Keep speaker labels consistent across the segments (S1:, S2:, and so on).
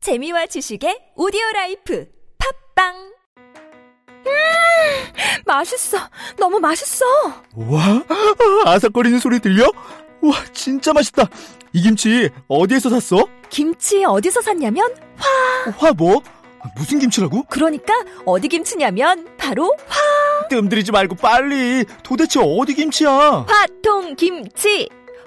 S1: 재미와 지식의 오디오 라이프 팝빵
S2: 음, 맛있어. 너무 맛있어.
S3: 와, 아삭거리는 소리 들려? 와, 진짜 맛있다. 이 김치 어디에서 샀어?
S2: 김치 어디서 샀냐면
S3: 화 뭐? 무슨 김치라고?
S2: 그러니까 어디 김치냐면 바로
S3: 뜸들이지 말고 빨리. 도대체 어디 김치야?
S2: 화통 김치.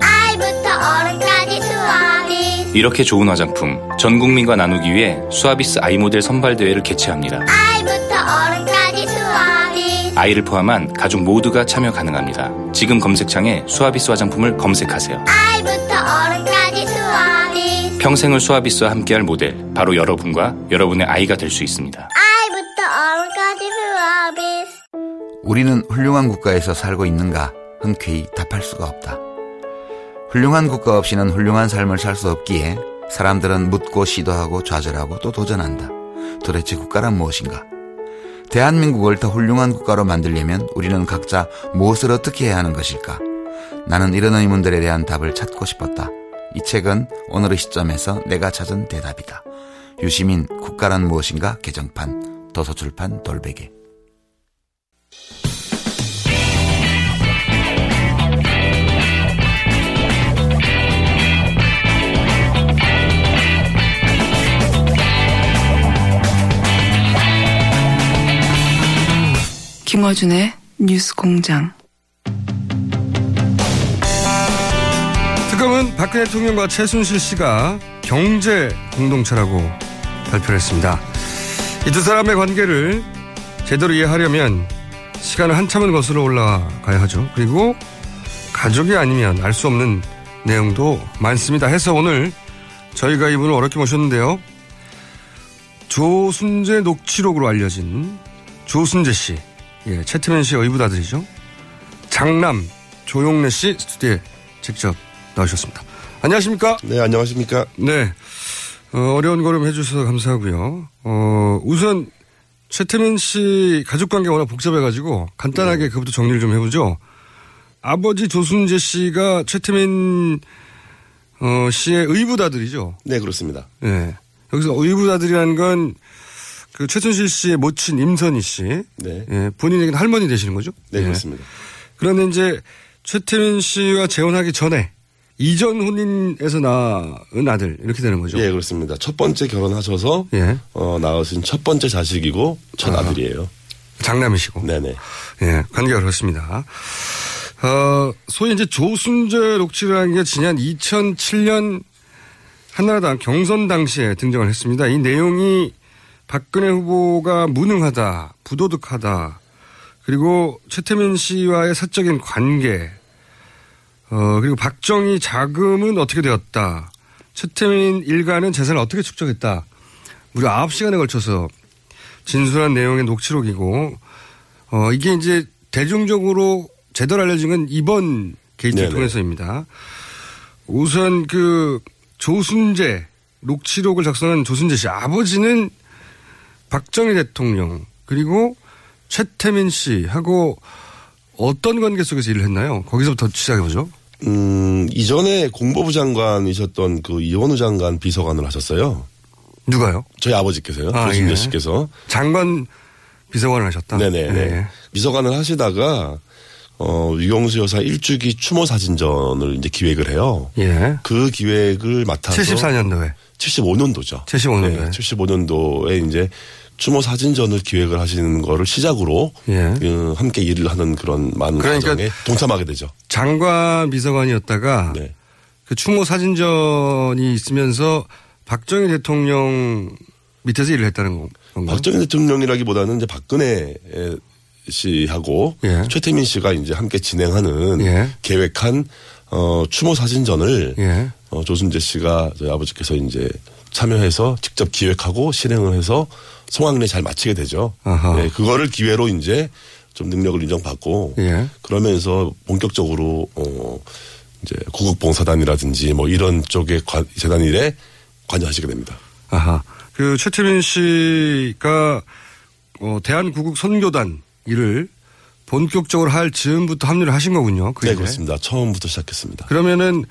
S4: 아이부터 어른까지 수아비
S5: 이렇게 좋은 화장품 전 국민과 나누기 위해 수아비스 아이 모델 선발 대회를 개최합니다.
S4: 아이부터 어른까지 수아비
S5: 아이를 포함한 가족 모두가 참여 가능합니다. 지금 검색창에 수아비스 화장품을 검색하세요.
S4: 아이부터 어른까지 수아비
S5: 평생을 수아비스와 함께할 모델 바로 여러분과 여러분의 아이가 될 수 있습니다.
S4: 아이부터 어른까지 수아비
S6: 우리는 훌륭한 국가에서 살고 있는가 흔쾌히 답할 수가 없다. 훌륭한 국가 없이는 훌륭한 삶을 살 수 없기에 사람들은 묻고 시도하고 좌절하고 또 도전한다. 도대체 국가란 무엇인가? 대한민국을 더 훌륭한 국가로 만들려면 우리는 각자 무엇을 어떻게 해야 하는 것일까? 나는 이런 의문들에 대한 답을 찾고 싶었다. 이 책은 오늘의 시점에서 내가 찾은 대답이다. 유시민 국가란 무엇인가 개정판 도서출판 돌베개
S7: 김어준의 뉴스 공장.
S8: 특검은 박근혜 대통령과 최순실 씨가 경제 공동체라고 발표했습니다. 이 두 사람의 관계를 제대로 이해하려면 시간을 한참은 거슬러 올라가야 하죠. 그리고 가족이 아니면 알 수 없는 내용도 많습니다. 해서 오늘 저희가 이분을 어렵게 모셨는데요. 조순재 녹취록으로 알려진 조순재 씨, 예, 최태민 씨의 의붓아들이죠. 장남 조용래 씨 스튜디오에 직접 나오셨습니다. 안녕하십니까?
S9: 네, 안녕하십니까.
S8: 네. 어, 려운 걸음 해주셔서 감사하고요. 어, 우선 최태민 씨 가족 관계 워낙 복잡해가지고 간단하게
S9: 네.
S8: 그것부터 정리를 좀 해보죠. 아버지 조순재 씨가 최태민 어, 씨의 의붓아들이죠.
S9: 네, 그렇습니다.
S8: 네. 여기서 의붓아들이라는 건 그 최순실 씨의 모친 임선희 씨.
S9: 네.
S8: 예, 본인에게는 할머니 되시는 거죠?
S9: 네,
S8: 예.
S9: 그렇습니다.
S8: 그런데 이제 최태민 씨와 재혼하기 전에 이전 혼인에서 낳은 아들 이렇게 되는 거죠.
S9: 예, 그렇습니다. 첫 번째 결혼하셔서
S8: 예.
S9: 어, 낳으신 첫 번째 자식이고 첫
S8: 아하. 어.
S9: 아. 들이에요
S8: 장남이시고.
S9: 네, 네.
S8: 예, 관계가 그렇습니다. 어, 소위 이제 조순재 녹취라는 게 지난 2007년 한나라당 경선 당시에 등장을 했습니다. 이 내용이 박근혜 후보가 무능하다, 부도덕하다, 그리고 최태민 씨와의 사적인 관계, 어, 그리고 박정희 자금은 어떻게 되었다, 최태민 일가는 재산을 어떻게 축적했다, 무려 9시간에 걸쳐서 진술한 내용의 녹취록이고, 어, 이게 이제 대중적으로 제대로 알려진 건 이번 게이트를
S9: 네네.
S8: 통해서입니다. 우선 그 조순재 녹취록을 작성한 조순재 씨 아버지는 박정희 대통령 그리고 최태민 씨하고 어떤 관계 속에서 일을 했나요? 거기서부터 시작해 보죠.
S9: 음, 이전에 공보부 장관이셨던 그 이원우 장관 비서관을 하셨어요.
S8: 누가요?
S9: 저희 아버지께서요.
S8: 아,
S9: 조순재
S8: 예.
S9: 씨께서.
S8: 장관 비서관을 하셨다.
S9: 네네.
S8: 예.
S9: 네. 비서관을 하시다가 어, 유경수 여사 일주기 추모 사진전을 이제 기획을 해요.
S8: 예.
S9: 그 기획을 맡아서
S8: 74년도에
S9: 75년도죠.
S8: 75년도에.
S9: 75년도에 이제 추모 사진전을 기획을 하시는 거를 시작으로
S8: 예.
S9: 그 함께 일을 하는 그런 많은
S8: 그러니까
S9: 과정에 동참하게 되죠.
S8: 장관 비서관이었다가
S9: 네.
S8: 그 추모 사진전이 있으면서 박정희 대통령 밑에서 일을 했다는 건가요?
S9: 박정희 대통령이라기보다는 이제 박근혜 씨하고
S8: 예.
S9: 최태민 씨가 이제 함께 진행하는
S8: 예.
S9: 계획한 어, 추모 사진전을
S8: 예.
S9: 어, 조순재 씨가 저희 아버지께서 이제 참여해서 직접 기획하고 실행을 해서 성황리에 잘 마치게 되죠.
S8: 아하.
S9: 예, 그거를 기회로 이제 좀 능력을 인정받고
S8: 예.
S9: 그러면서 본격적으로 어 이제 고국봉사단이라든지 뭐 이런 쪽의 관- 재단 일에 관여하시게 됩니다.
S8: 아하. 그 최태민 씨가 어, 대한구국 선교단 일을 본격적으로 할 즈음부터 합류를 하신 거군요. 그
S9: 네,
S8: 일에.
S9: 그렇습니다. 처음부터 시작했습니다.
S8: 그러면은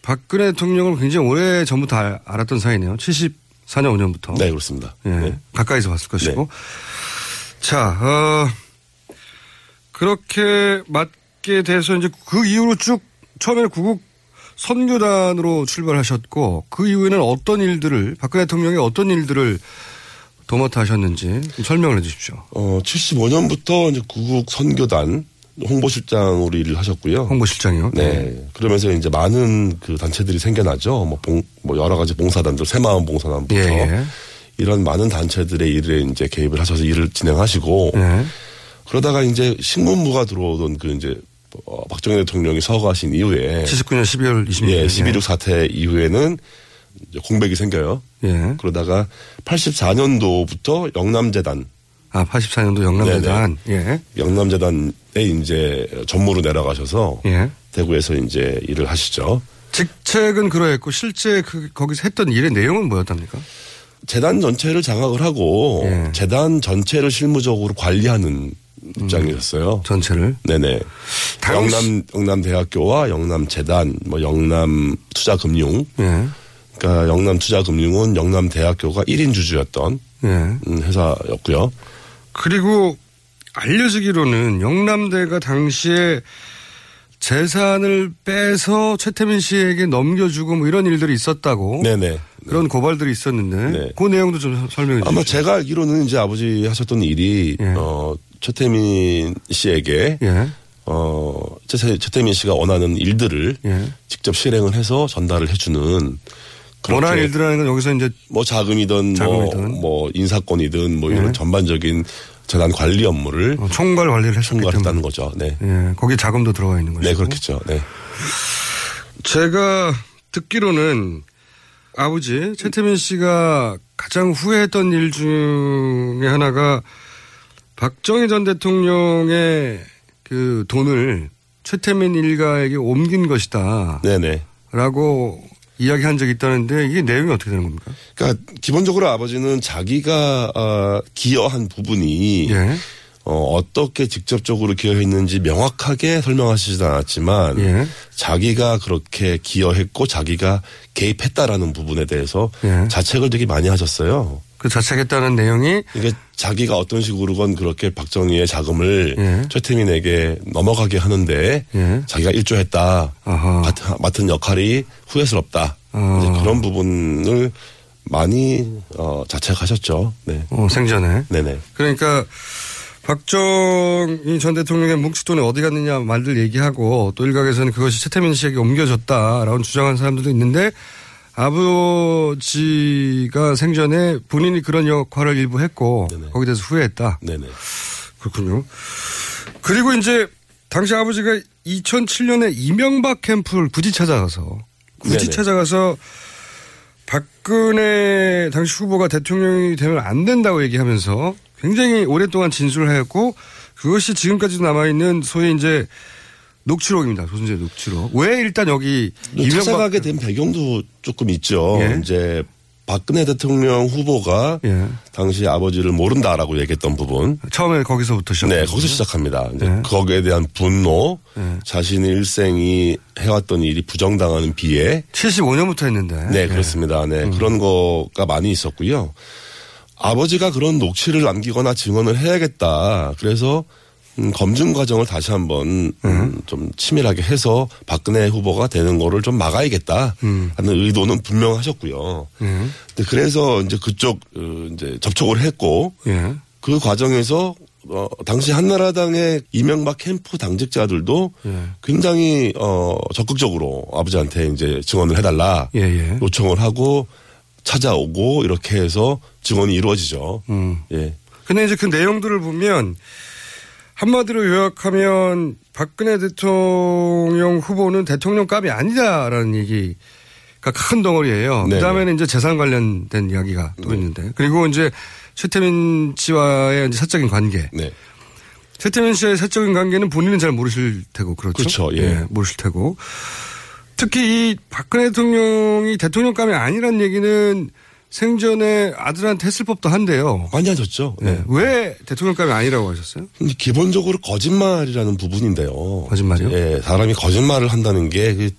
S8: 박근혜 대통령을 굉장히 오래 전부터 알- 알았던 사이네요. 74년 5년부터.
S9: 네, 그렇습니다.
S8: 예.
S9: 네.
S8: 가까이서 봤을 것이고. 자, 어, 그렇게 맞게 돼서 이제 그 이후로 쭉 처음에 구국 선교단으로 출발하셨고 그 이후에는 어떤 일들을 박근혜 대통령이 어떤 일들을 도맡아 하셨는지 좀 설명을 해 주십시오.
S9: 어, 75년부터 이제 구국 선교단 홍보실장으로 일을 하셨고요.
S8: 홍보실장이요.
S9: 네. 그러면서 이제 많은 그 단체들이 생겨나죠. 뭐, 봉, 뭐 여러 가지 봉사단들, 새마음 봉사단부터
S8: 예, 예.
S9: 이런 많은 단체들의 일에 이제 개입을 하셔서 일을 진행하시고
S8: 네.
S9: 그러다가 이제 신문부가 들어오던 그 이제 어, 박정희 대통령이 서거하신 이후에
S8: 79년 12월 26일.
S9: 예, 12.6 사태 이후에는 이제 공백이 생겨요.
S8: 예.
S9: 그러다가 84년도부터 영남재단
S8: 아, 84년도 영남대단.
S9: 네,
S8: 예.
S9: 영남재단에 이제 전무로 내려가셔서
S8: 예.
S9: 대구에서 이제 일을 하시죠.
S8: 직책은 그러했고 실제 그 거기서 했던 일의 내용은 뭐였답니까?
S9: 재단 전체를 장악을 하고
S8: 예.
S9: 재단 전체를 실무적으로 관리하는 입장이었어요.
S8: 전체를.
S9: 네네.
S8: 당시-
S9: 영남 영남대학교와 영남재단, 뭐 영남 투자금융.
S8: 예.
S9: 그러니까 영남 투자금융은 영남대학교가 1인 주주였던
S8: 예. 어?
S9: 음, 회사였고요.
S8: 그리고 알려지기로는 영남대가 당시에 재산을 빼서 최태민 씨에게 넘겨주고 뭐 이런 일들이 있었다고
S9: 네네.
S8: 그런 고발들이 있었는데
S9: 네.
S8: 그 내용도 좀 설명해 주시죠.
S9: 아마 제가 알기로는 이제 아버지 하셨던 일이
S8: 예.
S9: 어 최태민 씨에게
S8: 예.
S9: 어 최, 최태민 씨가 원하는 일들을
S8: 예.
S9: 직접 실행을 해서 전달을 해주는 그렇게
S8: 원한 일들이라는 건 여기서 이제
S9: 뭐 자금이든, 뭐,
S8: 자금이든. 예.
S9: 뭐 인사권이든 뭐 이런 전반적인 재단 관리 업무를
S8: 어, 총괄 관리를 했었기
S9: 총괄했다는
S8: 때문에
S9: 거죠. 네.
S8: 예, 거기 자금도 들어가 있는 거죠.
S9: 네, 그렇겠죠. 네.
S8: 제가 듣기로는 아버지 최태민 씨가 가장 후회했던 일 중에 하나가 박정희 전 대통령의 그 돈을 최태민 일가에게 옮긴 것이다.
S9: 네네.
S8: 라고 이야기한 적이 있다는데 이게 내용이 어떻게 되는 겁니까?
S9: 그러니까 기본적으로 아버지는 자기가 아, 기여한 부분이
S8: 예.
S9: 어, 어떻게 직접적으로 기여했는지 명확하게 설명하시진 않았지만
S8: 예.
S9: 자기가 그렇게 기여했고 자기가 개입했다라는 부분에 대해서
S8: 예.
S9: 자책을 되게 많이 하셨어요.
S8: 그 자책했다는 내용이
S9: 이게 자기가 어떤 식으로건 그렇게 박정희의 자금을
S8: 예.
S9: 최태민에게 넘어가게 하는데
S8: 예.
S9: 자기가 일조했다
S8: 아하.
S9: 맡은, 맡은 역할이 후회스럽다
S8: 아.
S9: 이제 그런 부분을 많이 어, 자책하셨죠. 네,
S8: 어, 생전에
S9: 네네.
S8: 그러니까 박정희 전 대통령의 뭉칫돈이 어디 갔느냐 말들 얘기하고 또 일각에서는 그것이 최태민 씨에게 옮겨졌다라고 주장하는 사람들도 있는데 아버지가 생전에 본인이 그런 역할을 일부 했고
S9: 네네.
S8: 거기에 대해서 후회했다.
S9: 네네.
S8: 그렇군요. 그리고 이제 당시 아버지가 2007년에 이명박 캠프를 굳이 찾아가서 굳이
S9: 네네.
S8: 찾아가서 박근혜 당시 후보가 대통령이 되면 안 된다고 얘기하면서 굉장히 오랫동안 진술을 하였고 그것이 지금까지도 남아있는 소위 이제 녹취록입니다. 조선제 녹취록. 왜 일단 여기 이명박
S9: 찾아가게 네, 된 배경도 조금 있죠.
S8: 예.
S9: 이제 박근혜 대통령 후보가
S8: 예.
S9: 당시 아버지를 모른다라고 얘기했던 부분.
S8: 처음에 거기서부터 시작.
S9: 네, 거기서 시작합니다. 이제
S8: 네.
S9: 거기에 대한 분노,
S8: 네.
S9: 자신의 일생이 해왔던 일이 부정당하는 비애.
S8: 75년부터 했는데.
S9: 네, 그렇습니다.
S8: 음.
S9: 네, 그런 거가 많이 있었고요. 아버지가 그런 녹취를 남기거나 증언을 해야겠다. 그래서 음, 검증 과정을 다시 한번 음, 좀 치밀하게 해서 박근혜 후보가 되는 거를 좀 막아야겠다
S8: 음.
S9: 하는 의도는 분명하셨고요.
S8: 예.
S9: 근데 그래서 이제 그쪽 어, 이제 접촉을 했고
S8: 예.
S9: 그 과정에서 어, 당시 한나라당의 이명박 캠프 당직자들도
S8: 예.
S9: 굉장히 어, 적극적으로 아버지한테 이제 증언을 해달라
S8: 예, 예.
S9: 요청을 하고 찾아오고 이렇게 해서 증언이 이루어지죠.
S8: 음.
S9: 예.
S8: 근데 이제 그 내용들을 보면 한마디로 요약하면 박근혜 대통령 후보는 대통령 값이 아니다라는 얘기가 큰 덩어리예요.
S9: 네.
S8: 그다음에는 이제 재산 관련된 이야기가 또 있는데 그리고 이제 최태민 씨와의 이제 사적인 관계.
S9: 네.
S8: 최태민 씨와의 사적인 관계는 본인은 잘 모르실 테고 그렇죠.
S9: 그렇죠. 예.
S8: 모르실 테고 특히 이 박근혜 대통령이 대통령감이 아니란 얘기는 생전에 아들한테 했을 법도 한데요.
S9: 많이 하셨죠. 네.
S8: 왜 대통령감이 아니라고 하셨어요?
S9: 근데 기본적으로 거짓말이라는 부분인데요.
S8: 거짓말이요?
S9: 예, 사람이 거짓말을 한다는 게그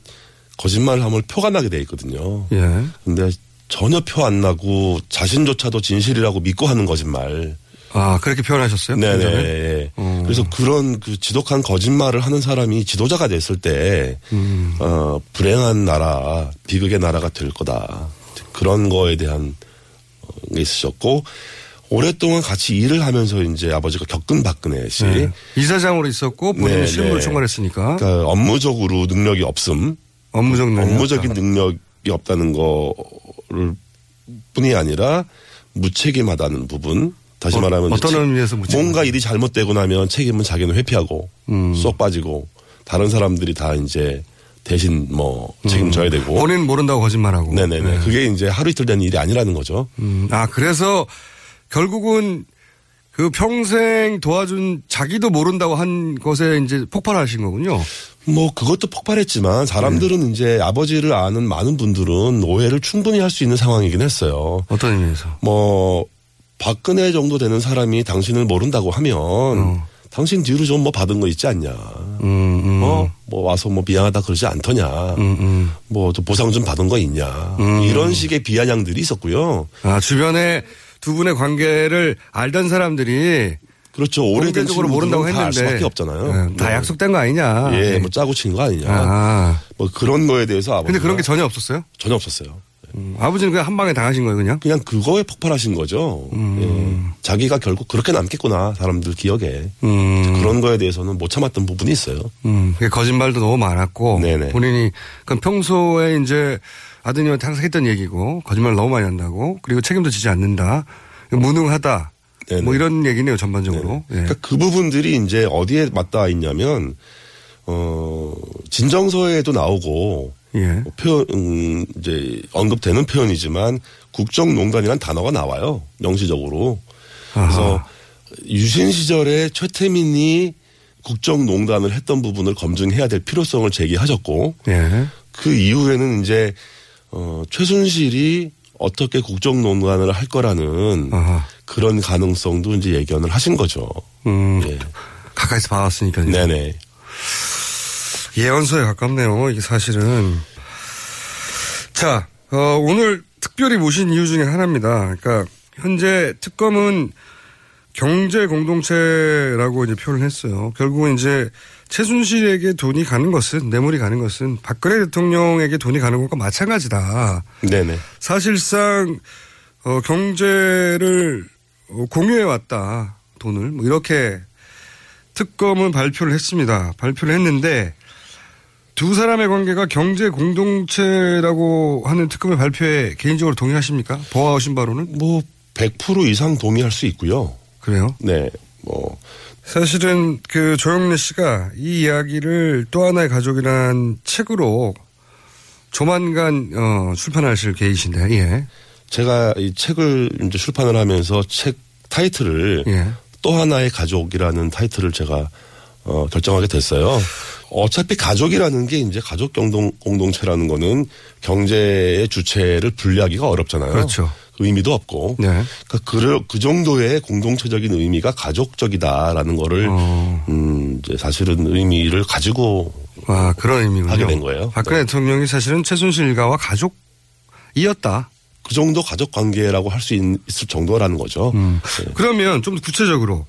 S9: 거짓말을 하면 표가 나게 돼 있거든요.
S8: 예.
S9: 근데 전혀 표 안 나고 자신조차도 진실이라고 믿고 하는 거짓말.
S8: 아 그렇게 표현하셨어요?
S9: 네네.
S8: 생전에?
S9: 예.
S8: 음.
S9: 그래서 그런 그 지독한 거짓말을 하는 사람이 지도자가 됐을 때,
S8: 음.
S9: 어, 불행한 나라, 비극의 나라가 될 거다. 그런 거에 대한 어, 게 있으셨고, 오랫동안 같이 일을 하면서 이제 아버지가 겪은 박근혜 씨.
S8: 네. 이사장으로 있었고 본인은
S9: 예. 네,
S8: 실무를
S9: 네.
S8: 총괄했으니까
S9: 그러니까 업무적으로 능력이 없음.
S8: 업무적 능력
S9: 업무적인 능력이 없다는 거를 뿐이 아니라 무책임하다는 부분. 다시
S8: 어,
S9: 말하면
S8: 어떤
S9: 이제
S8: 의미에서 무책임?
S9: 뭔가 일이 잘못되고 나면 책임은 자기는 회피하고
S8: 음.
S9: 쏙 빠지고 다른 사람들이 다 이제 대신 뭐 책임져야 되고
S8: 음. 본인 모른다고 거짓말하고.
S9: 네네네
S8: 네.
S9: 그게 이제 하루 이틀 된 일이 아니라는 거죠.
S8: 음, 아 그래서 결국은 그 평생 도와준 자기도 모른다고 한 것에 이제 폭발하신 거군요.
S9: 뭐 그것도 폭발했지만 사람들은
S8: 네.
S9: 이제 아버지를 아는 많은 분들은 오해를 충분히 할 수 있는 상황이긴 했어요.
S8: 어떤 의미에서?
S9: 뭐 박근혜 정도 되는 사람이 당신을 모른다고 하면 당신 뒤로 좀 뭐 받은 거 있지 않냐.
S8: 어. 음, 음,
S9: 어? 뭐 와서 뭐 미안하다 그러지 않더냐.
S8: 음, 음.
S9: 뭐 좀 보상 좀 받은 거 있냐. 이런 식의 비아냥들이 있었고요.
S8: 아 주변에 두 분의 관계를 알던 사람들이
S9: 그렇죠. 오래된
S8: 공개적으로
S9: 친구들은
S8: 모른다고
S9: 다알
S8: 했는데
S9: 수밖에 없잖아요.
S8: 네, 다
S9: 네.
S8: 약속된 거 아니냐.
S9: 예, 뭐 짜고 친 거 아니냐.
S8: 아.
S9: 뭐 그런 거에 대해서 아버지.
S8: 근데 그런 게 전혀 없었어요?
S9: 전혀 없었어요.
S8: 음, 아버지는 그냥 한 방에 당하신 거예요, 그냥?
S9: 그냥 그거에 폭발하신 거죠.
S8: 음.
S9: 예. 자기가 결국 그렇게 남겠구나 사람들 기억에
S8: 음.
S9: 그런 거에 대해서는 못 참았던 부분이 있어요.
S8: 음, 그게 거짓말도 너무 많았고
S9: 네네.
S8: 본인이 그럼 평소에 이제 아드님한테 항상 했던 얘기고 거짓말 너무 많이 한다고 그리고 책임도 지지 않는다 무능하다
S9: 네네.
S8: 뭐 이런 얘기네요 전반적으로 예.
S9: 그러니까 그 부분들이 이제 어디에 맞닿아 있냐면 어 진정서에도 나오고 뭐
S8: 예.
S9: 표현 음, 이제 언급되는 표현이지만 국정농단이란 단어가 나와요 명시적으로 그래서 유신 시절에 최태민이 국정농단을 했던 부분을 검증해야 될 필요성을 제기하셨고
S8: 예.
S9: 그 이후에는 이제 어 최순실이 어떻게 국정농단을 할 거라는
S8: 아하.
S9: 그런 가능성도 이제 예견을 하신 거죠.
S8: 음,
S9: 예.
S8: 가까이서 봐왔으니까 요
S9: 네네.
S8: 예언서에 가깝네요 이게 사실은 자 어, 오늘 특별히 모신 이유 중에 하나입니다 그러니까 현재 특검은 경제 공동체라고 이제 표현을 했어요. 결국은 이제 최순실에게 돈이 가는 것은 뇌물이 가는 것은 박근혜 대통령에게 돈이 가는 것과 마찬가지다.
S9: 네네.
S8: 사실상 어, 경제를 어, 공유해 왔다 돈을 뭐 이렇게 특검은 발표를 했습니다. 발표를 했는데 두 사람의 관계가 경제 공동체라고 하는 특검의 발표에 개인적으로 동의하십니까? 보아하신 바로는
S9: 뭐 100% 이상 동의할 수 있고요.
S8: 그래요.
S9: 네. 뭐
S8: 사실은 그 조영래 씨가 이 이야기를 또 하나의 가족이란 책으로 조만간 어, 출판하실 계획이신데, 예.
S9: 제가 이 책을 이제 출판을 하면서 책 타이틀을
S8: 예.
S9: 또 하나의 가족이라는 타이틀을 제가 어, 결정하게 됐어요. 어차피 가족이라는 게 이제 가족 공동, 공동체라는 거는 경제의 주체를 분리하기가 어렵잖아요.
S8: 그렇죠.
S9: 의미도 없고.
S8: 네.
S9: 그러니까 그, 그 정도의 공동체적인 의미가 가족적이다라는 거를
S8: 어.
S9: 음, 이제 사실은 의미를 가지고
S8: 아, 그런 의미군요.
S9: 하게 된 거예요. 네.
S8: 박근혜 대통령이 사실은 최순실 일가와 가족이었다.
S9: 그 정도 가족 관계라고 할 수 있을 정도라는 거죠.
S8: 음.
S9: 네.
S8: 그러면 좀 구체적으로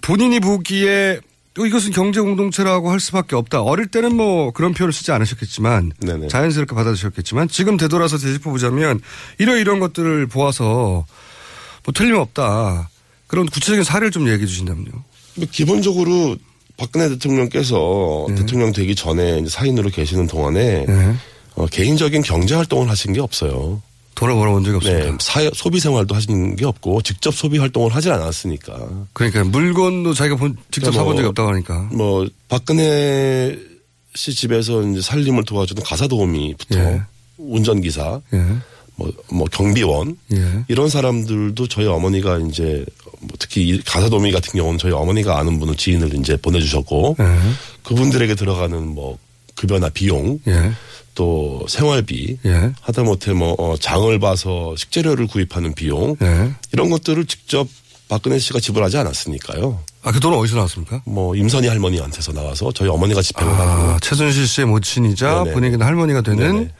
S8: 본인이 보기에 또 이것은 경제 공동체라고 할 수밖에 없다. 어릴 때는 뭐 그런 표현을 쓰지 않으셨겠지만
S9: 네네.
S8: 자연스럽게 받아들이셨겠지만 지금 되돌아서 되짚어 보자면 이러 이런 것들을 보아서 뭐 틀림없다. 그런 구체적인 사례를 좀 얘기해 주신다면요.
S9: 근데 기본적으로 박근혜 대통령께서 대통령 되기 전에 이제 사인으로 계시는 동안에
S8: 네.
S9: 어, 개인적인 경제 활동을 하신 게 없어요.
S8: 돌아보러 온 적이 없습니다.
S9: 네, 사회- 소비 생활도 하신 게 없고 직접 소비 활동을 하진 않았으니까.
S8: 그러니까 물건도 자기가 본- 직접
S9: 그러니까
S8: 사본
S9: 뭐-
S8: 적이 없다고 하니까.
S9: 뭐 박근혜 씨 집에서 이제 살림을 도와주는 가사 도우미부터
S8: 예.
S9: 운전기사,
S8: 예.
S9: 뭐, 뭐 경비원
S8: 예.
S9: 이런 사람들도 저희 어머니가 이제 뭐 특히 이 가사 도우미 같은 경우는 저희 어머니가 아는 분을 지인을 이제 보내주셨고
S8: 예.
S9: 그분들에게 들어가는 뭐 급여나 비용
S8: 예.
S9: 또 생활비
S8: 예.
S9: 하다못해 뭐 어, 장을 봐서 식재료를 구입하는 비용
S8: 예.
S9: 이런 것들을 직접 박근혜 씨가 지불하지 않았으니까요.
S8: 아, 그 돈은 어디서 나왔습니까?
S9: 뭐 임선희 할머니한테서 나와서 저희 어머니가 집행을 하고
S8: 아, 최순실 씨의 모친이자
S9: 네네.
S8: 본인에게는 할머니가 되는
S9: 네네.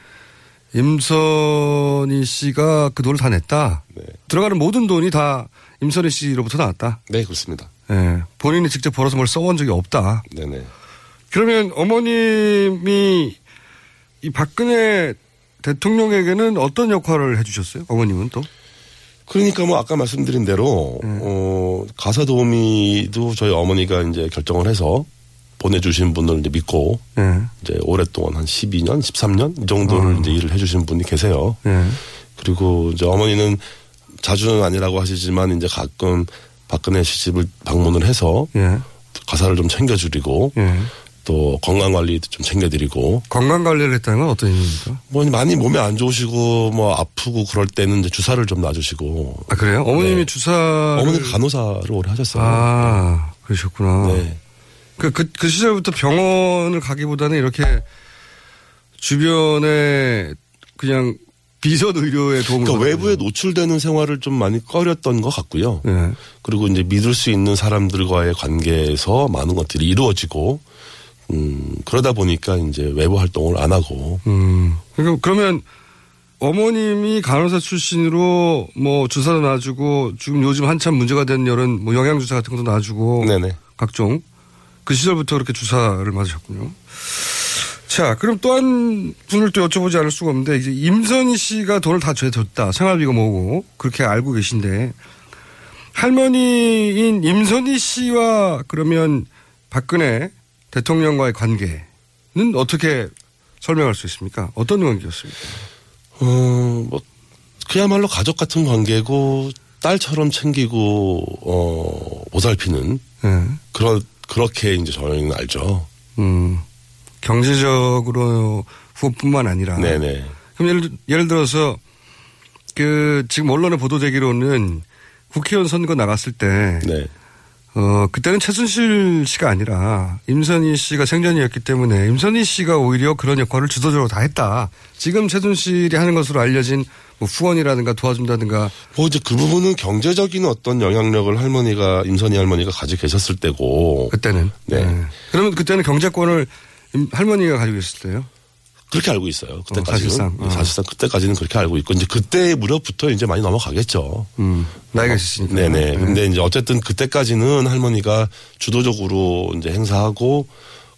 S8: 임선희 씨가 그 돈을 다 냈다. 들어가는 모든 돈이 다 임선희 씨로부터 나왔다.
S9: 네 그렇습니다.
S8: 예. 본인이 직접 벌어서 뭘 써본 적이 없다.
S9: 네네.
S8: 그러면 어머님이 이 박근혜 대통령에게는 어떤 역할을 해주셨어요? 어머님은 또?
S9: 그러니까 뭐 아까 말씀드린 대로 어, 가사 도우미도 저희 어머니가 이제 결정을 해서 보내주신 분을 이제 믿고
S8: 예.
S9: 이제 오랫동안 한 12년, 13년 이 정도를 이제 일을 해주신 분이 계세요.
S8: 예.
S9: 그리고 이제 어머니는 자주는 아니라고 하시지만 이제 가끔 박근혜 씨 집을 방문을 해서
S8: 예.
S9: 가사를 좀 챙겨드리고
S8: 예.
S9: 또 건강 관리도 좀 챙겨드리고
S8: 건강 관리를 했다는 건 어떤 의미입니까?
S9: 뭐 많이 몸이 안 좋으시고 뭐 아프고 그럴 때는 이제 주사를 좀 놔주시고
S8: 아, 그래요? 어머님이
S9: 네.
S8: 주사.
S9: 어머니가 간호사를 오래 하셨어요.
S8: 그 아, 그러셨구나.
S9: 네.
S8: 그, 그, 그 시절부터 병원을 가기보다는 이렇게 주변에 그냥 비선 의료의 도움을.
S9: 그러니까 외부에
S8: 받았군요.
S9: 노출되는 생활을 좀 많이 꺼렸던 것 같고요.
S8: 예.
S9: 그리고 이제 믿을 수 있는 사람들과의 관계에서 많은 것들이 이루어지고 음 그러다 보니까 이제 외부 활동을 안 하고
S8: 음. 그러니까 그러면 어머님이 간호사 출신으로 뭐 주사도 놔주고 지금 요즘 한참 문제가 되는 열은 뭐 영양주사 같은 것도 놔주고
S9: 네네.
S8: 각종 그 시절부터 그렇게 주사를 맞으셨군요. 자, 그럼 또 한 분을 또 여쭤보지 않을 수가 없는데 이제 임선희 씨가 돈을 다 죄졌다 생활비가 뭐고 그렇게 알고 계신데 할머니인 임선희 씨와 그러면 박근혜 대통령과의 관계는 어떻게 설명할 수 있습니까? 어떤 관계였습니까?
S9: 어뭐 그야말로 가족 같은 관계고 딸처럼 챙기고 어 보살피는
S8: 예.
S9: 그런 그렇게 이제 저희는 알죠.
S8: 음, 경제적으로 후뿐만 아니라
S9: 네네.
S8: 그럼 예를, 들- 예를 들어서 그 지금 언론에 보도되기로는 국회의원 선거 나갔을 때
S9: 네.
S8: 어, 그때는 최순실 씨가 아니라 임선희 씨가 생전이었기 때문에 임선희 씨가 오히려 그런 역할을 주도적으로 다 했다. 지금 최순실이 하는 것으로 알려진 뭐 후원이라든가 도와준다든가
S9: 뭐 이제 그 부분은 경제적인 어떤 영향력을 할머니가 임선희 할머니가 가지고 계셨을 때고
S8: 그때는.
S9: 네.
S8: 그러면 그때는 경제권을 임- 할머니가 가지고 있을 때요.
S9: 그렇게 알고 있어요. 그때까지는
S8: 사실상. 어.
S9: 사실상 그때까지는 그렇게 알고 있고 이제 그때 무렵부터 이제 많이 넘어가겠죠.
S8: 음, 나이가 있으니까.
S9: 아, 네네. 근데 이제 어쨌든 그때까지는 할머니가 주도적으로 이제 행사하고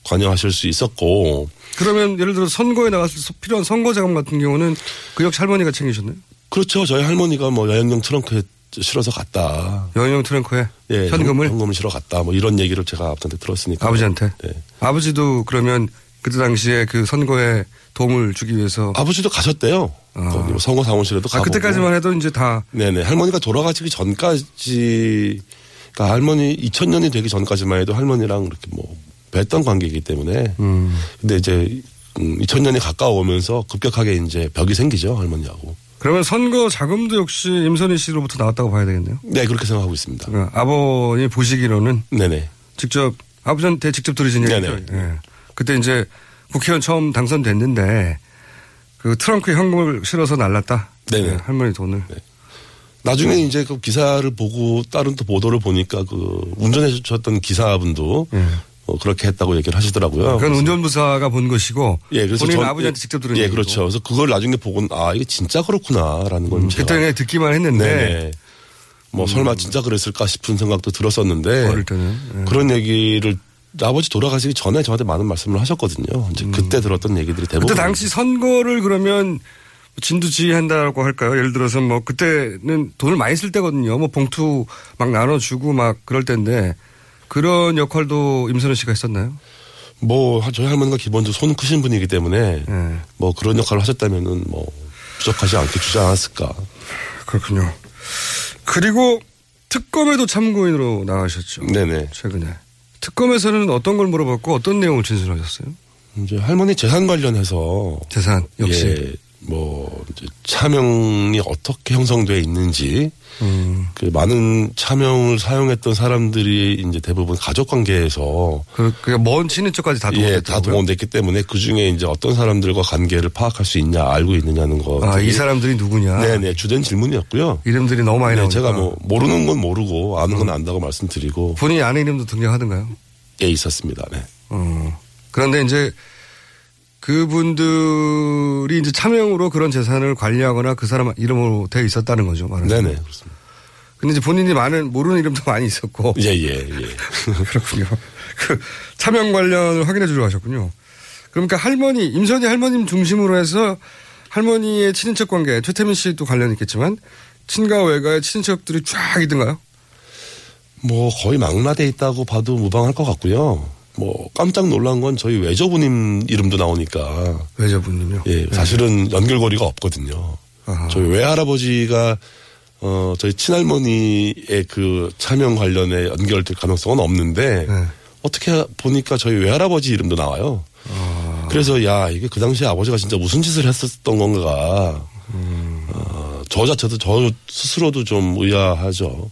S9: 관여하실 수 있었고
S8: 그러면 예를 들어 선거에 나갔을 때 필요한 선거 자금 같은 경우는 그 역시 할머니가 챙기셨나요?
S9: 그렇죠. 저희 할머니가 뭐 여행용 트렁크에 실어서 갔다.
S8: 연영 트렁크에
S9: 예,
S8: 현금을
S9: 현금을 실어 갔다. 뭐 이런 얘기를 제가 아버지한테 들었으니까.
S8: 아버지한테.
S9: 네.
S8: 아버지도 그러면 그때 당시에 그 선거에 도움을 주기 위해서.
S9: 아버지도 가셨대요.
S8: 아.
S9: 거기 뭐 선거 사무실에도
S8: 아,
S9: 가고.
S8: 그때까지만 해도 이제 다
S9: 네네. 할머니가 돌아가시기 전까지, 그러니까 할머니 2000년이 되기 전까지만 해도 할머니랑 이렇게 뭐 뵀던 관계이기 때문에.
S8: 음.
S9: 근데 이제 음, 2000년이 가까워오면서 급격하게 이제 벽이 생기죠 할머니하고.
S8: 그러면 선거 자금도 역시 임선희 씨로부터 나왔다고 봐야 되겠네요.
S9: 네 그렇게 생각하고 있습니다.
S8: 그러니까 아버님 보시기로는
S9: 네네.
S8: 직접 아버지한테 직접 들으신 얘기죠.
S9: 네네.
S8: 예. 그때 이제 국회의원 처음 당선됐는데 그 트렁크에 현금을 실어서 날랐다.
S9: 네네.
S8: 예, 할머니 돈을.
S9: 나중에 이제 그 기사를 보고 다른 또 보도를 보니까 그 운전해 주셨던 기사분도
S8: 예. 아,
S9: 어, 그렇게 했다고 얘기를 하시더라고요.
S8: 그건
S9: 아, 그래서-
S8: 운전부사가 본 것이고
S9: 예, 그래서
S8: 본인
S9: 전-
S8: 아버지한테 직접 들은
S9: 예,
S8: 얘기고.
S9: 그렇죠. 그래서 그걸 나중에 보고는 아 이게 진짜 그렇구나라는 걸 제가
S8: 음, 그때 그냥 듣기만 했는데
S9: 네네. 뭐 설마 진짜 그랬을까 싶은 생각도 들었었는데
S8: 음. 어릴 때는, 예.
S9: 그런 얘기를 아버지 돌아가시기 전에 저한테 많은 말씀을 하셨거든요. 이제 그때 들었던 얘기들이 대부분
S8: 음. 그때 당시 선거를 그러면 뭐 진두지휘한다고 할까요? 예를 들어서 뭐 그때는 돈을 많이 쓸 때거든요. 뭐 봉투 막 나눠주고 막 그럴 때인데 그런 역할도 임선호 씨가 했었나요?
S9: 뭐 저희 할머니가 기본적으로 손 크신 분이기 때문에
S8: 예.
S9: 뭐 그런 역할을 하셨다면은 뭐 부족하지 않게 주지 않았을까.
S8: 그렇군요. 그리고 특검에도 참고인으로 나가셨죠.
S9: 네네.
S8: 최근에. 특검에서는 어떤 걸 물어봤고 어떤 내용을 진술하셨어요?
S9: 이제 할머니 재산 관련해서
S8: 재산 역시
S9: 예, 뭐 이제 차명이 어떻게 형성돼 있는지
S8: 음,
S9: 그 많은 차명을 사용했던 사람들이 이제 대부분 가족 관계에서
S8: 그, 그먼 친인척까지 다
S9: 예,
S8: 동원됐다고요?
S9: 다 동원됐기 때문에 그 중에 이제 어떤 사람들과 관계를 파악할 수 있냐 알고 있느냐는 거.
S8: 아, 이 사람들이 누구냐?
S9: 네네 주된 질문이었고요.
S8: 이름들이 너무 많이
S9: 네,
S8: 나오니까. 음.
S9: 제가 뭐 모르는 건 모르고 아는 건 안다고 말씀드리고
S8: 본인이 아는 이름도 등장하던가요?
S9: 예 있었습니다. 네.
S8: 어. 그런데 이제 그분들이 이제 차명으로 그런 재산을 관리하거나 그 사람 이름으로 되어 있었다는 거죠. 말하자면.
S9: 네네 그렇습니다.
S8: 근데 이제 본인이 많은 모르는 이름도 많이 있었고.
S9: 예예 예. 예.
S8: 그렇군요. 그 차명 관련을 확인해 주려고 하셨군요. 그러니까 할머니, 임선희 할머님 중심으로 해서 할머니의 친인척 관계, 최태민 씨도 관련 있겠지만 친가 외가의 친인척들이 쫙 있던가요?
S9: 뭐 거의 망라돼 있다고 봐도 무방할 것 같고요. 뭐 깜짝 놀란 건 저희 외조부님 이름도 나오니까
S8: 외자분님요.
S9: 예 사실은 연결고리가 없거든요.
S8: 네. 아하.
S9: 저희 외할아버지가 어 저희 친할머니의 그 차명 관련에 연결될 가능성은 없는데
S8: 네.
S9: 어떻게 보니까 저희 외할아버지 이름도 나와요.
S8: 아.
S9: 그래서 야 이게 그 당시에 아버지가 진짜 무슨 짓을 했었던 건가.
S8: 음.
S9: 어, 저 자체도 저 스스로도 좀
S8: 어.
S9: 의아하죠.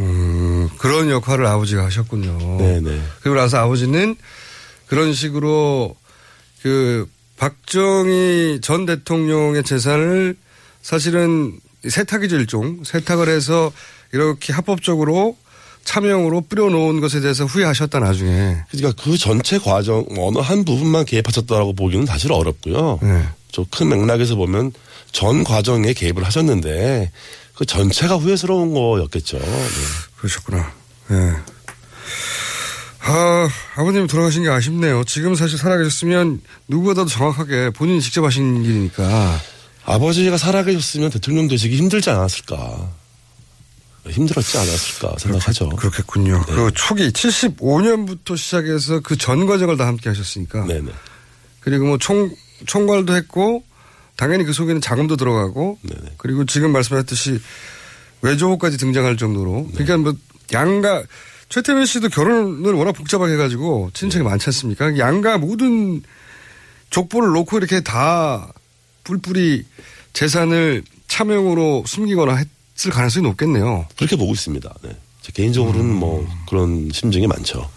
S8: 음, 그런 역할을 아버지가 하셨군요.
S9: 네네.
S8: 그리고 나서 아버지는 그런 식으로 그 박정희 전 대통령의 재산을 사실은 세탁이죠 일종 세탁을 해서 이렇게 합법적으로 차명으로 뿌려놓은 것에 대해서 후회하셨다 나중에
S9: 그러니까 그 전체 과정 어느 한 부분만 개입하셨다라고 보기는 사실 어렵고요.
S8: 네.
S9: 저 큰 맥락에서 보면 전 과정에 개입을 하셨는데 그 전체가 후회스러운 거였겠죠. 네.
S8: 그러셨구나. 예. 아, 아버님이 돌아가신 게 아쉽네요. 지금 사실 살아계셨으면 누구보다도 정확하게 본인이 직접 하신 일이니까.
S9: 아버지가 살아계셨으면 대통령 되시기 힘들지 않았을까. 힘들었지 않았을까 생각하죠.
S8: 그렇겠군요.
S9: 네.
S8: 그 초기 75년부터 시작해서 그 전 과정을 다 함께 하셨으니까.
S9: 네네.
S8: 그리고 뭐 총, 총괄도 했고, 당연히 그 속에는 자금도 들어가고,
S9: 네네.
S8: 그리고 지금 말씀하셨듯이 외조부까지 등장할 정도로.
S9: 네.
S8: 그러니까 뭐 양가, 최태민 씨도 결혼을 워낙 복잡하게 해가지고
S9: 네.
S8: 친척이 많지 않습니까? 그러니까 양가 모든 족보를 놓고 이렇게 다 뿔뿔이 재산을 차명으로 숨기거나 했을 가능성이 높겠네요.
S9: 그렇게 보고 있습니다. 네. 제 개인적으로는 뭐 그런 심정이 많죠.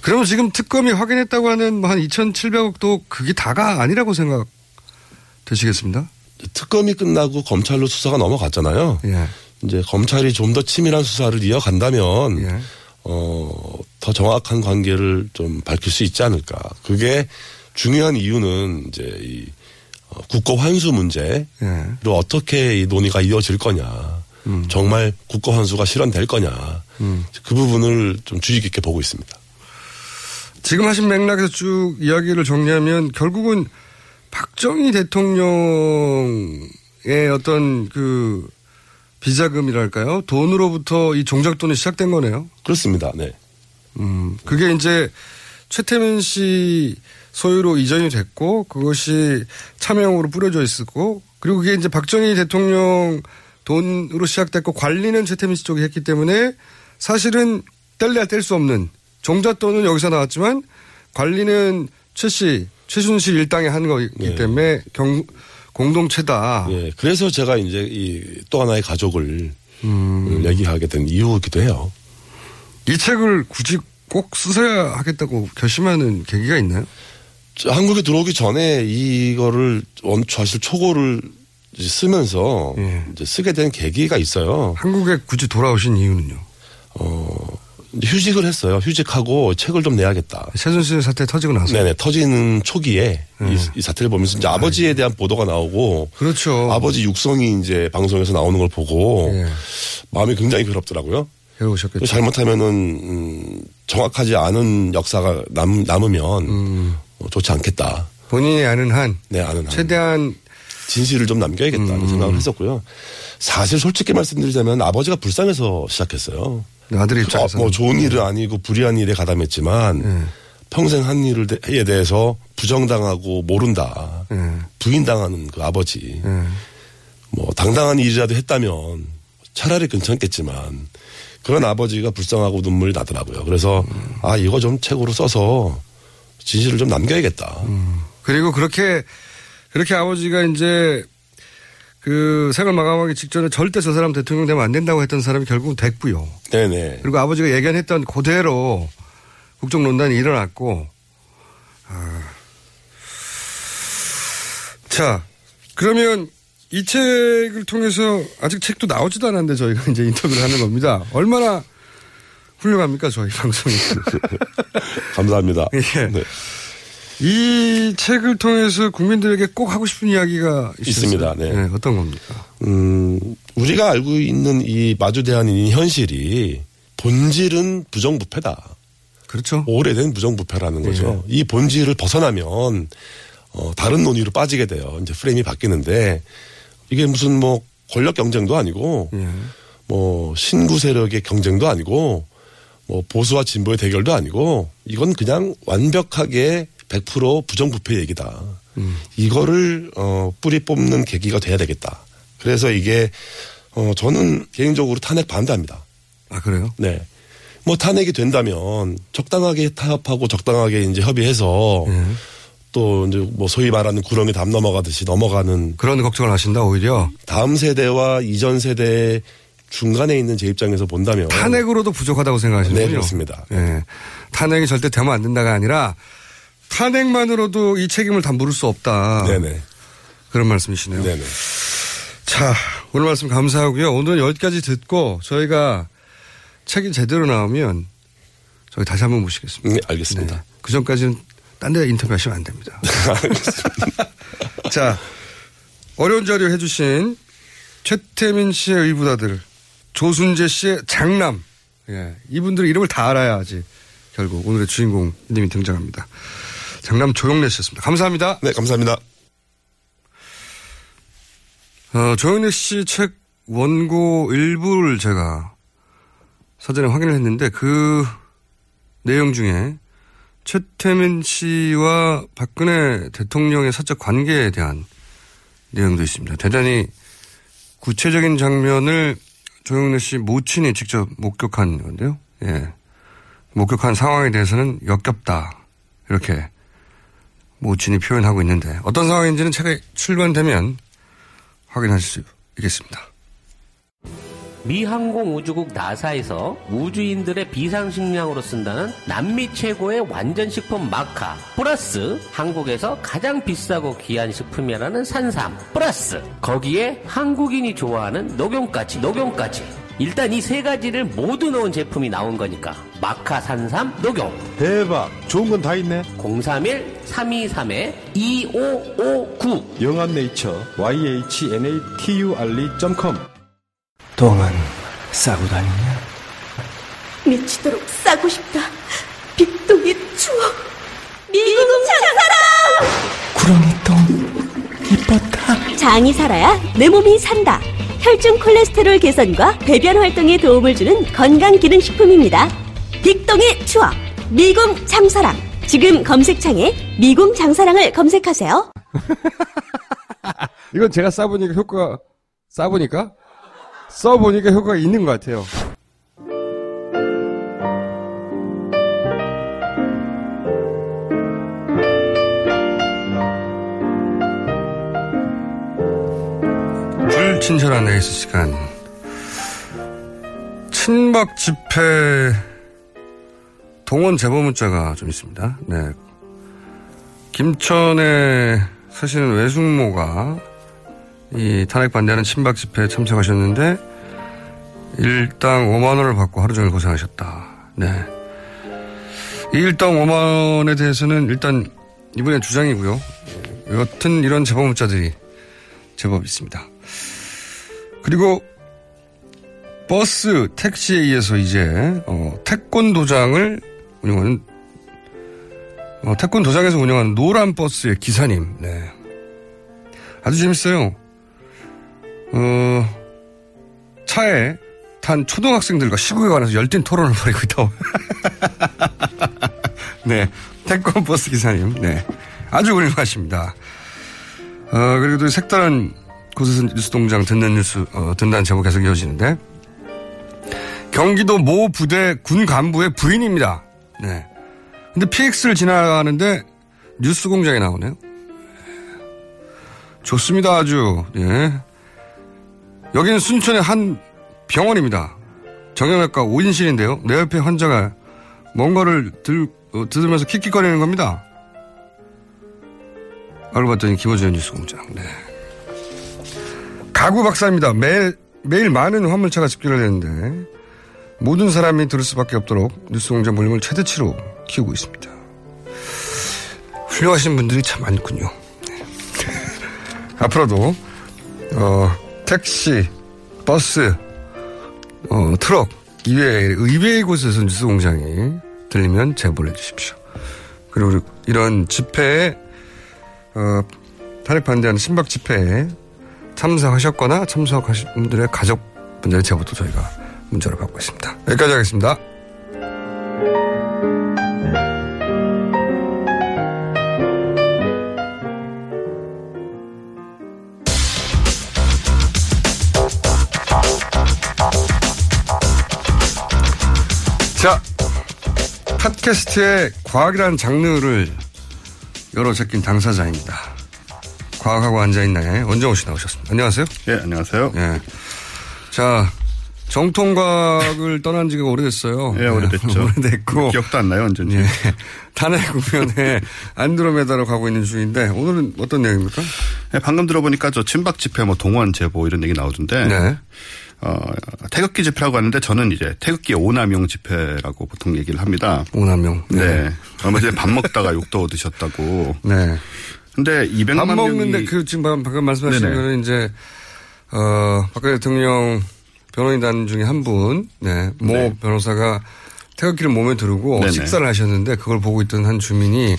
S8: 그러면 지금 특검이 확인했다고 하는 뭐 한 2,700억도 그게 다가 아니라고 생각 되시겠습니다?
S9: 특검이 끝나고 검찰로 수사가 넘어갔잖아요.
S8: 예.
S9: 이제 검찰이 좀 더 치밀한 수사를 이어간다면
S8: 예.
S9: 어, 더 정확한 관계를 좀 밝힐 수 있지 않을까. 그게 중요한 이유는 이제 이 어, 국고 환수 문제로
S8: 예. 음.
S9: 어떻게 이 논의가 이어질 거냐. 정말 국고 환수가 실현될 거냐. 그 부분을 좀 주의 깊게 보고 있습니다.
S8: 지금 하신 맥락에서 쭉 이야기를 정리하면 결국은 박정희 대통령의 어떤 그 비자금이랄까요? 돈으로부터 이 종작돈이 시작된 거네요.
S9: 그렇습니다. 네.
S8: 음, 그게 이제 최태민 씨 소유로 이전이 됐고 그것이 차명으로 뿌려져 있었고 그리고 그게 이제 박정희 대통령 돈으로 시작됐고 관리는 최태민 씨 쪽이 했기 때문에 사실은 뗄래야 뗄 수 없는 종잣돈은 여기서 나왔지만 관리는 최 씨, 최순실 일당이 한 거기
S9: 예.
S8: 때문에 경, 공동체다.
S9: 예. 그래서 제가 이제 이 또 하나의 가족을
S8: 음.
S9: 얘기하게 된 이유이기도 해요.
S8: 이 책을 굳이 꼭 쓰셔야 하겠다고 결심하는 계기가 있나요?
S9: 저 한국에 들어오기 전에 이거를 원 사실 초고를 이제 쓰면서
S8: 예.
S9: 이제 쓰게 된 계기가 있어요.
S8: 한국에 굳이 돌아오신 이유는요?
S9: 어 이제 휴직을 했어요. 휴직하고 책을 좀 내야겠다.
S8: 최순실 사태 터지고 나서.
S9: 네네 터지는 초기에
S8: 예.
S9: 이, 이 사태를 보면서 이제 아버지에 대한 보도가 나오고
S8: 그렇죠.
S9: 아버지 육성이 이제 방송에서 나오는 걸 보고
S8: 예.
S9: 마음이 굉장히 괴롭더라고요.
S8: 괴로우셨겠죠.
S9: 또 잘못하면은 음, 정확하지 않은 역사가 남, 남으면 어, 좋지 않겠다.
S8: 본인이 아는 한
S9: 네 아는 한.
S8: 음. 최대한
S9: 진실을 좀 남겨야겠다는
S8: 음.
S9: 생각을 했었고요. 사실 솔직히 말씀드리자면 아버지가 불쌍해서 시작했어요.
S8: 아들
S9: 어,
S8: 입장에서
S9: 뭐 좋은 일은
S8: 음.
S9: 아니고 불의한 일에 가담했지만 평생 한 일에 대해서 부정당하고 모른다.
S8: 예. 음.
S9: 부인당하는 그 아버지. 뭐 당당한 일이라도 했다면 차라리 괜찮겠지만 그런 아버지가 불쌍하고 눈물이 나더라고요. 그래서 아 이거 좀 책으로 써서 진실을 좀 남겨야겠다.
S8: 음. 그리고 그렇게 그렇게 아버지가 이제 그 생을 마감하기 직전에 절대 저 사람 대통령 되면 안 된다고 했던 사람이 결국은 됐고요.
S9: 네네.
S8: 그리고 아버지가 예견했던 그대로 국정농단이 일어났고, 아. 자, 그러면 이 책을 통해서 아직 책도 나오지도 않았는데 저희가 이제 인터뷰를 하는 겁니다. 얼마나 훌륭합니까, 저희 방송이.
S9: 감사합니다.
S8: 예.
S9: 네.
S8: 이 책을 통해서 국민들에게 꼭 하고 싶은 이야기가 있습니다.
S9: 있습니다. 네.
S8: 어떤 겁니까?
S9: 음, 우리가 알고 있는 이 마주대한인 현실이 본질은 부정부패다.
S8: 그렇죠. 예.
S9: 오래된 부정부패라는 거죠. 이 본질을 벗어나면 어, 다른 논의로 빠지게 돼요. 이제 프레임이 바뀌는데 이게 무슨 뭐 권력 경쟁도 아니고
S8: 예.
S9: 뭐 신구 세력의 경쟁도 아니고 뭐 보수와 진보의 대결도 아니고 이건 그냥 완벽하게 100% 부정부패 얘기다.
S8: 음.
S9: 이거를 어, 뿌리 뽑는 계기가 돼야 되겠다. 그래서 이게 어, 저는 개인적으로 탄핵 반대합니다.
S8: 아, 그래요?
S9: 네. 뭐 탄핵이 된다면 적당하게 타협하고 적당하게 이제 협의해서
S10: 음.
S9: 또 이제 뭐 소위 말하는 구렁이 담 넘어가듯이 넘어가는
S8: 그런 걱정을 하신다, 오히려.
S9: 다음 세대와 이전 세대 중간에 있는 제 입장에서 본다면
S8: 탄핵으로도 부족하다고 생각하시는군요.
S9: 네, 그렇습니다.
S8: 예. 탄핵이 절대 되면 안 된다가 아니라 탄핵만으로도 이 책임을 다 물을 수 없다.
S9: 네네
S8: 그런 말씀이시네요.
S9: 네네
S8: 자, 오늘 말씀 감사하고요. 오늘은 여기까지 듣고 저희가 책이 제대로 나오면 저희 다시 한번 모시겠습니다.
S9: 네, 알겠습니다.
S8: 그 전까지는 딴 데 인터뷰하시면 안 됩니다. 자, 어려운 자료 해주신 최태민 씨의 의부다들, 조순재 씨의 장남, 예, 이분들 이름을 다 알아야지 결국 오늘의 주인공님이 등장합니다. 장남 조영래 씨였습니다. 감사합니다.
S9: 네 감사합니다.
S8: 어, 조영래 씨 책 원고 일부를 제가 사전에 확인을 했는데 그 내용 중에 최태민 씨와 박근혜 대통령의 사적 관계에 대한 내용도 있습니다. 대단히 구체적인 장면을 조영래 씨 모친이 직접 목격한 건데요. 예. 목격한 상황에 대해서는 역겹다. 이렇게 모친이 표현하고 있는데 어떤 상황인지는 책이 출간되면 확인하실 수 있겠습니다.
S11: 미 항공우주국 나사에서 우주인들의 비상식량으로 쓴다는 남미 최고의 완전식품 마카 플러스 한국에서 가장 비싸고 귀한 식품이라는 산삼 플러스 거기에 한국인이 좋아하는 녹용까지 녹용까지 일단 이 세 가지를 모두 넣은 제품이 나온 거니까 마카 산삼 녹용
S12: 대박 좋은 건 다 있네
S11: 031 323에 2559
S12: 영한네이처 yhnaturi.com
S13: 똥은 싸고 다니냐?
S14: 미치도록 싸고 싶다. 빅동의 추억. 미국 장사랑!
S13: 구렁이 똥 이뻤다.
S15: 장이 살아야 내 몸이 산다. 혈중 콜레스테롤 개선과 배변 활동에 도움을 주는 건강 기능 식품입니다. 빅동의 추억 미궁 장사랑 지금 검색창에 미궁 장사랑을 검색하세요.
S8: 이건 제가 싸보니까 효과가 싸보니까 써보니까 효과가 있는 것 같아요. 불친절한 에이스 시간. 친박 집회 동원 제보 문자가 좀 있습니다. 네. 김천에 사시는 외숙모가 이 탄핵 반대하는 친박 집회에 참석하셨는데 일당 5만 원을 받고 하루 종일 고생하셨다. 네. 이 일당 5만 원에 대해서는 일단 이분의 주장이고요. 여튼 이런 제보 문자들이 제법 있습니다. 그리고 버스, 택시에 의해서 이제 어, 태권 도장을 운영하는 어, 태권 도장에서 운영하는 노란 버스의 기사님. 네. 아주 재밌어요. 어, 차에 탄 초등학생들과 시국에 관해서 열띤 토론을 벌이고 있다고. 네. 태권 버스 기사님. 네. 아주 훌륭하십니다. 어, 그리고 또 색다른 구스슨 뉴스동장 듣는 뉴스 어, 듣는 제목 계속 이어지는데 경기도 모 부대 군 간부의 부인입니다. 네. 근데 PX를 지나가는데 뉴스 공장이 나오네요. 좋습니다, 아주. 예. 여기는 순천의 한 병원입니다. 정형외과 5인실인데요. 내 옆에 환자가 뭔가를 들, 어, 들으면서 킥킥거리는 겁니다. 알고 봤더니 김호준 뉴스 공장. 네. 가구 박사입니다. 매일, 매일 많은 화물차가 집결을 했는데 모든 사람이 들을 수밖에 없도록 뉴스 공장 볼륨을 최대치로 키우고 있습니다. 훌륭하신 분들이 참 많군요. 네. 앞으로도 어, 택시, 버스, 어, 트럭 이외 의외의 곳에서 뉴스 공장이 들리면 제보를 해주십시오. 그리고 이런 집회에 어, 탄핵 반대하는 신박 집회에 참석하셨거나 참석하신 분들의 가족분들의 제보도 저희가 문자로 받고 있습니다. 여기까지 하겠습니다. 자, 팟캐스트의 과학이라는 장르를 열어제낀 당사자입니다. 과학하고 앉아있는 나에 원정호 씨 나오셨습니다. 안녕하세요.
S10: 예, 안녕하세요.
S8: 예. 자, 정통과학을 떠난 지가 오래됐어요.
S10: 예, 오래됐죠.
S8: 오래됐고.
S10: 기억도 안 나요, 언제인지.
S8: 예. 탄핵 국면에 안드로메다로 가고 있는 중인데 오늘은 어떤 내용입니까?
S10: 예, 방금 들어보니까 저 친박 집회 뭐 동원 제보 이런 얘기 나오던데.
S8: 네.
S10: 어, 태극기 집회라고 하는데 저는 이제 태극기 오남용 집회라고 보통 얘기를 합니다.
S8: 오남용.
S10: 네. 얼마 전에 밥 먹다가 욕도 얻으셨다고. 예,
S8: 네.
S10: 근데 200만
S8: 밥 먹는데
S10: 명이-
S8: 그 지금 방금- 방금 말씀하신
S10: 네네.
S8: 거는 이제 어 박근혜 대통령 변호인단 중에 한 분, 네, 모
S10: 네.
S8: 변호사가 태극기를 몸에 두르고
S10: 네네.
S8: 식사를 하셨는데 그걸 보고 있던 한 주민이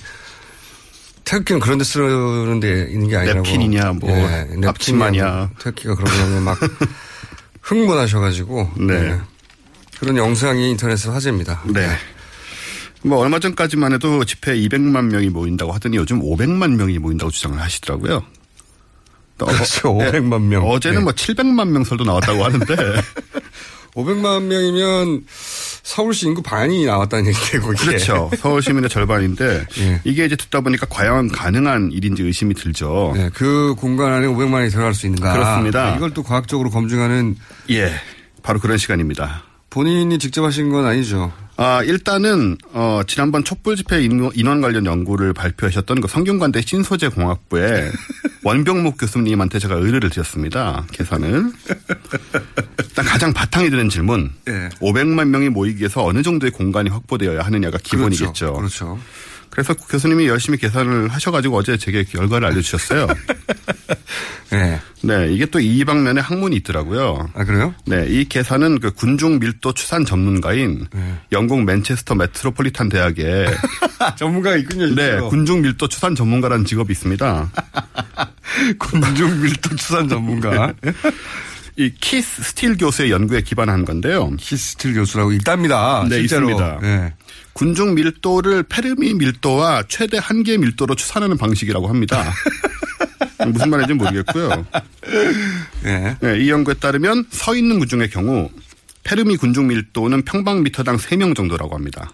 S8: 태극기는 그런 데 쓰는 데 있는 게 아니라고. 예,
S10: 냅킨이냐, 뭐,
S8: 냅킨이냐,
S10: 앞치마냐.
S8: 뭐 태극기가 그런 거냐 막 흥분하셔가지고
S10: 네.
S8: 그런 영상이 인터넷에 서 화제입니다.
S10: 네. 뭐 얼마 전까지만 해도 집회 200만 명이 모인다고 하더니 요즘 500만 명이 모인다고 주장을 하시더라고요. 또
S8: 그렇죠.
S10: 어-
S8: 500만 명.
S10: 어제는
S8: 네.
S10: 뭐 700만 명설도 나왔다고 하는데
S8: 500만 명이면 서울시 인구 반이 나왔다는 얘기예요. 거기에.
S10: 그렇죠. 서울 시민의 절반인데 이게 이제 듣다 보니까 과연 가능한 일인지 의심이 들죠.
S8: 네, 그 공간 안에 500만이 들어갈 수 있는가. 아,
S10: 그렇습니다.
S8: 이걸 또 과학적으로 검증하는
S10: 예, 바로 그런 시간입니다.
S8: 본인이 직접 하신 건 아니죠.
S10: 아, 일단은, 어, 지난번 촛불 집회 인원, 인원 관련 연구를 발표하셨던 그 성균관대 신소재 공학부의 원병목 교수님한테 제가 의뢰를 드렸습니다. 계산을. 일단 가장 바탕이 되는 질문.
S8: 예.
S10: 500만 명이 모이기 위해서 어느 정도의 공간이 확보되어야 하느냐가 기본이겠죠.
S8: 그렇죠.
S10: 그래서 교수님이 열심히 계산을 하셔가지고 어제 제게 결과를 알려주셨어요.
S8: 네.
S10: 네, 이게 또 이 방면에 학문이 있더라고요.
S8: 아, 그래요?
S10: 네, 이 계산은 그 군중 밀도 추산 전문가인 영국 맨체스터 메트로폴리탄 대학의
S8: 아, 전문가가 있군요.
S10: 네, 군중 밀도 추산 전문가라는 직업이 있습니다. 네,
S8: 군중 밀도 추산 전문가.
S10: 이 키스 스틸 교수의 연구에 기반한 건데요.
S8: 키스 스틸 교수라고 있답니다.
S10: 네,
S8: 실제로.
S10: 있습니다.
S8: 네.
S10: 군중 밀도를 페르미 밀도와 최대 한계 밀도로 추산하는 방식이라고 합니다. 무슨 말인지 모르겠고요.
S8: 예.
S10: 네, 이 연구에 따르면 서 있는 군중의 경우 페르미 군중 밀도는 평방미터당 3명 정도라고 합니다.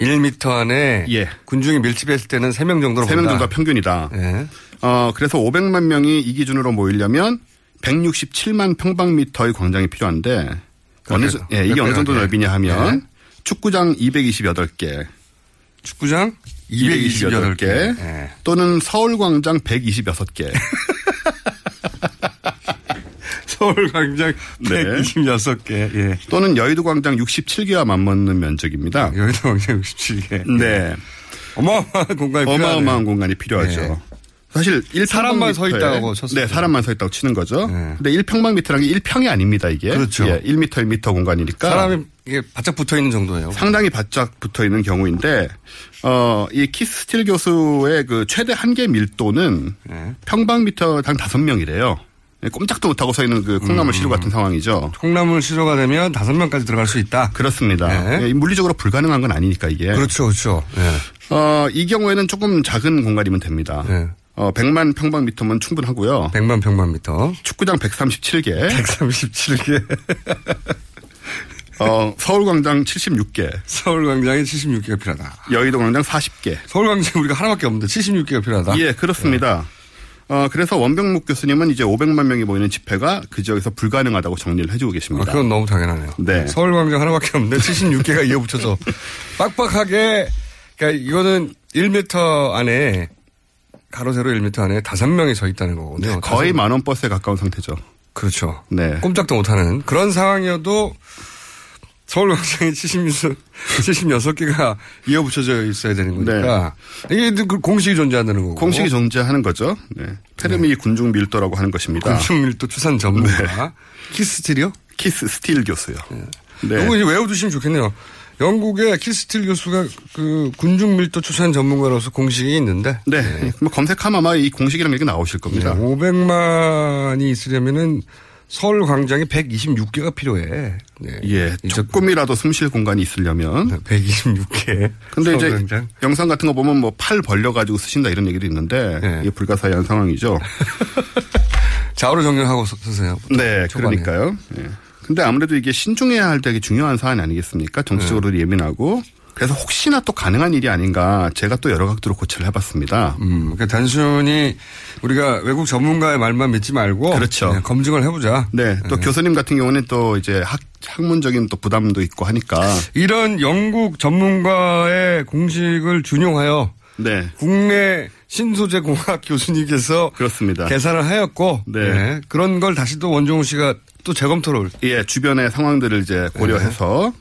S10: 예.
S8: 1m 안에 군중이 밀집했을 때는 3명 정도로
S10: 3명
S8: 본다.
S10: 정도가 평균이다.
S8: 예.
S10: 어, 그래서 500만 명이 이 기준으로 모이려면 167만 평방미터의 광장이 필요한데 어느, 정- 예, 이게 네. 어느 정도 넓이냐 하면 축구장 228개,
S8: 축구장
S10: 228 개. 네.
S8: 예.
S10: 또는 서울광장 126개.
S8: 서울광장
S10: 네.
S8: 126개. 예.
S10: 또는 여의도광장 67개와 맞먹는 면적입니다.
S8: 여의도광장 67개.
S10: 네.
S8: 어마어마한 공간이 필요하네요.
S10: 어마어마한 공간이 필요하죠.
S8: 네.
S10: 사실 1
S8: 사람만 서 있다고 쳤어요.
S10: 네, 사람만 서 있다고 치는 거죠. 근데 1평방미터라는 게 1평이 아닙니다, 이게.
S8: 그렇죠.
S10: 예, 1m, 1m 공간이니까.
S8: 사람이 이게 바짝 붙어 있는 정도예요.
S10: 상당히 바짝 붙어 있는 경우인데, 어, 이 키스틸 교수의 그 최대 한계 밀도는 평방미터당 5명이래요. 예, 꼼짝도 못하고 서 있는 그 콩나물 시루 같은 상황이죠.
S8: 콩나물 시료가 되면 다섯 명까지 들어갈 수 있다.
S10: 그렇습니다. 예, 물리적으로 불가능한 건 아니니까 이게.
S8: 그렇죠, 그렇죠.
S10: 어, 이 경우에는 조금 작은 공간이면 됩니다. 어, 100만 평방미터면 충분하고요.
S8: 100만 평방미터.
S10: 축구장 137개.
S8: 137개.
S10: 어, 서울광장 76개.
S8: 서울광장이 76개가 필요하다.
S10: 여의도광장 40개.
S8: 서울광장 우리가 하나밖에 없는데 76개가 필요하다. 네.
S10: 예, 그렇습니다. 어, 그래서 원병목 교수님은 이제 500만 명이 모이는 집회가 그 지역에서 불가능하다고 정리를 해주고
S8: 아,
S10: 계십니다.
S8: 그건 너무 당연하네요.
S10: 네.
S8: 서울광장 하나밖에 없는데 76개가 이어붙여서 빡빡하게 그러니까 이거는 1m 안에 가로세로 1m 안에 다섯 명이 서 있다는 거거든요.
S10: 네, 거의
S8: 다섯-
S10: 만원 버스에 가까운 상태죠.
S8: 그렇죠.
S10: 네.
S8: 꼼짝도 못하는 그런 상황이어도 서울광장이 76, 76개가 이어붙여져 있어야 되는 거니까 이게 그 공식이 존재한다는 거고
S10: 네. 공식이 존재하는 거죠. 네. 테르미 군중 밀도라고 하는 것입니다. 네.
S8: 군중밀도 추산 전문가 키스틸이요?
S10: 키스 스틸 교수요.
S8: 네. 이거 이제 외워두시면 좋겠네요. 영국의 키스틸 교수가 그 군중 밀도 추산 전문가로서 공식이 있는데
S10: 네. 뭐 검색하면 아마 이 공식이라는 게 나오실 겁니다.
S8: 500만이 있으려면은 서울 광장이 126개가 필요해. 네.
S10: 예, 조금이라도 숨쉴 공간이 있으려면
S8: 126개.
S10: 근데 이제
S8: 서울광장?
S10: 영상 같은 거 보면 뭐 팔 벌려 가지고 쓰신다 이런 얘기도 있는데 예, 이게 불가사의한 상황이죠.
S8: 좌우로 정렬하고 서- 서세요.
S10: 네,
S8: 초반에.
S10: 그러니까요. 예. 근데 아무래도 이게 신중해야 할 되게 중요한 사안 아니겠습니까? 정치적으로
S8: 네.
S10: 예민하고 그래서 혹시나 또 가능한 일이 아닌가 제가 또 여러 각도로 고찰을 해봤습니다.
S8: 음, 그러니까 단순히 우리가 외국 전문가의 말만 믿지 말고
S10: 그렇죠.
S8: 네, 검증을 해보자.
S10: 네, 또 교수님 같은 경우는 또 이제 학, 학문적인 또 부담도 있고 하니까
S8: 이런 영국 전문가의 공식을 준용하여
S10: 네,
S8: 국내 신소재 공학 교수님께서
S10: 그렇습니다.
S8: 계산을 하였고
S10: 네.
S8: 네, 그런 걸 다시 또 원종우 씨가 또 재검토를
S10: 예, 주변의 상황들을 이제 고려해서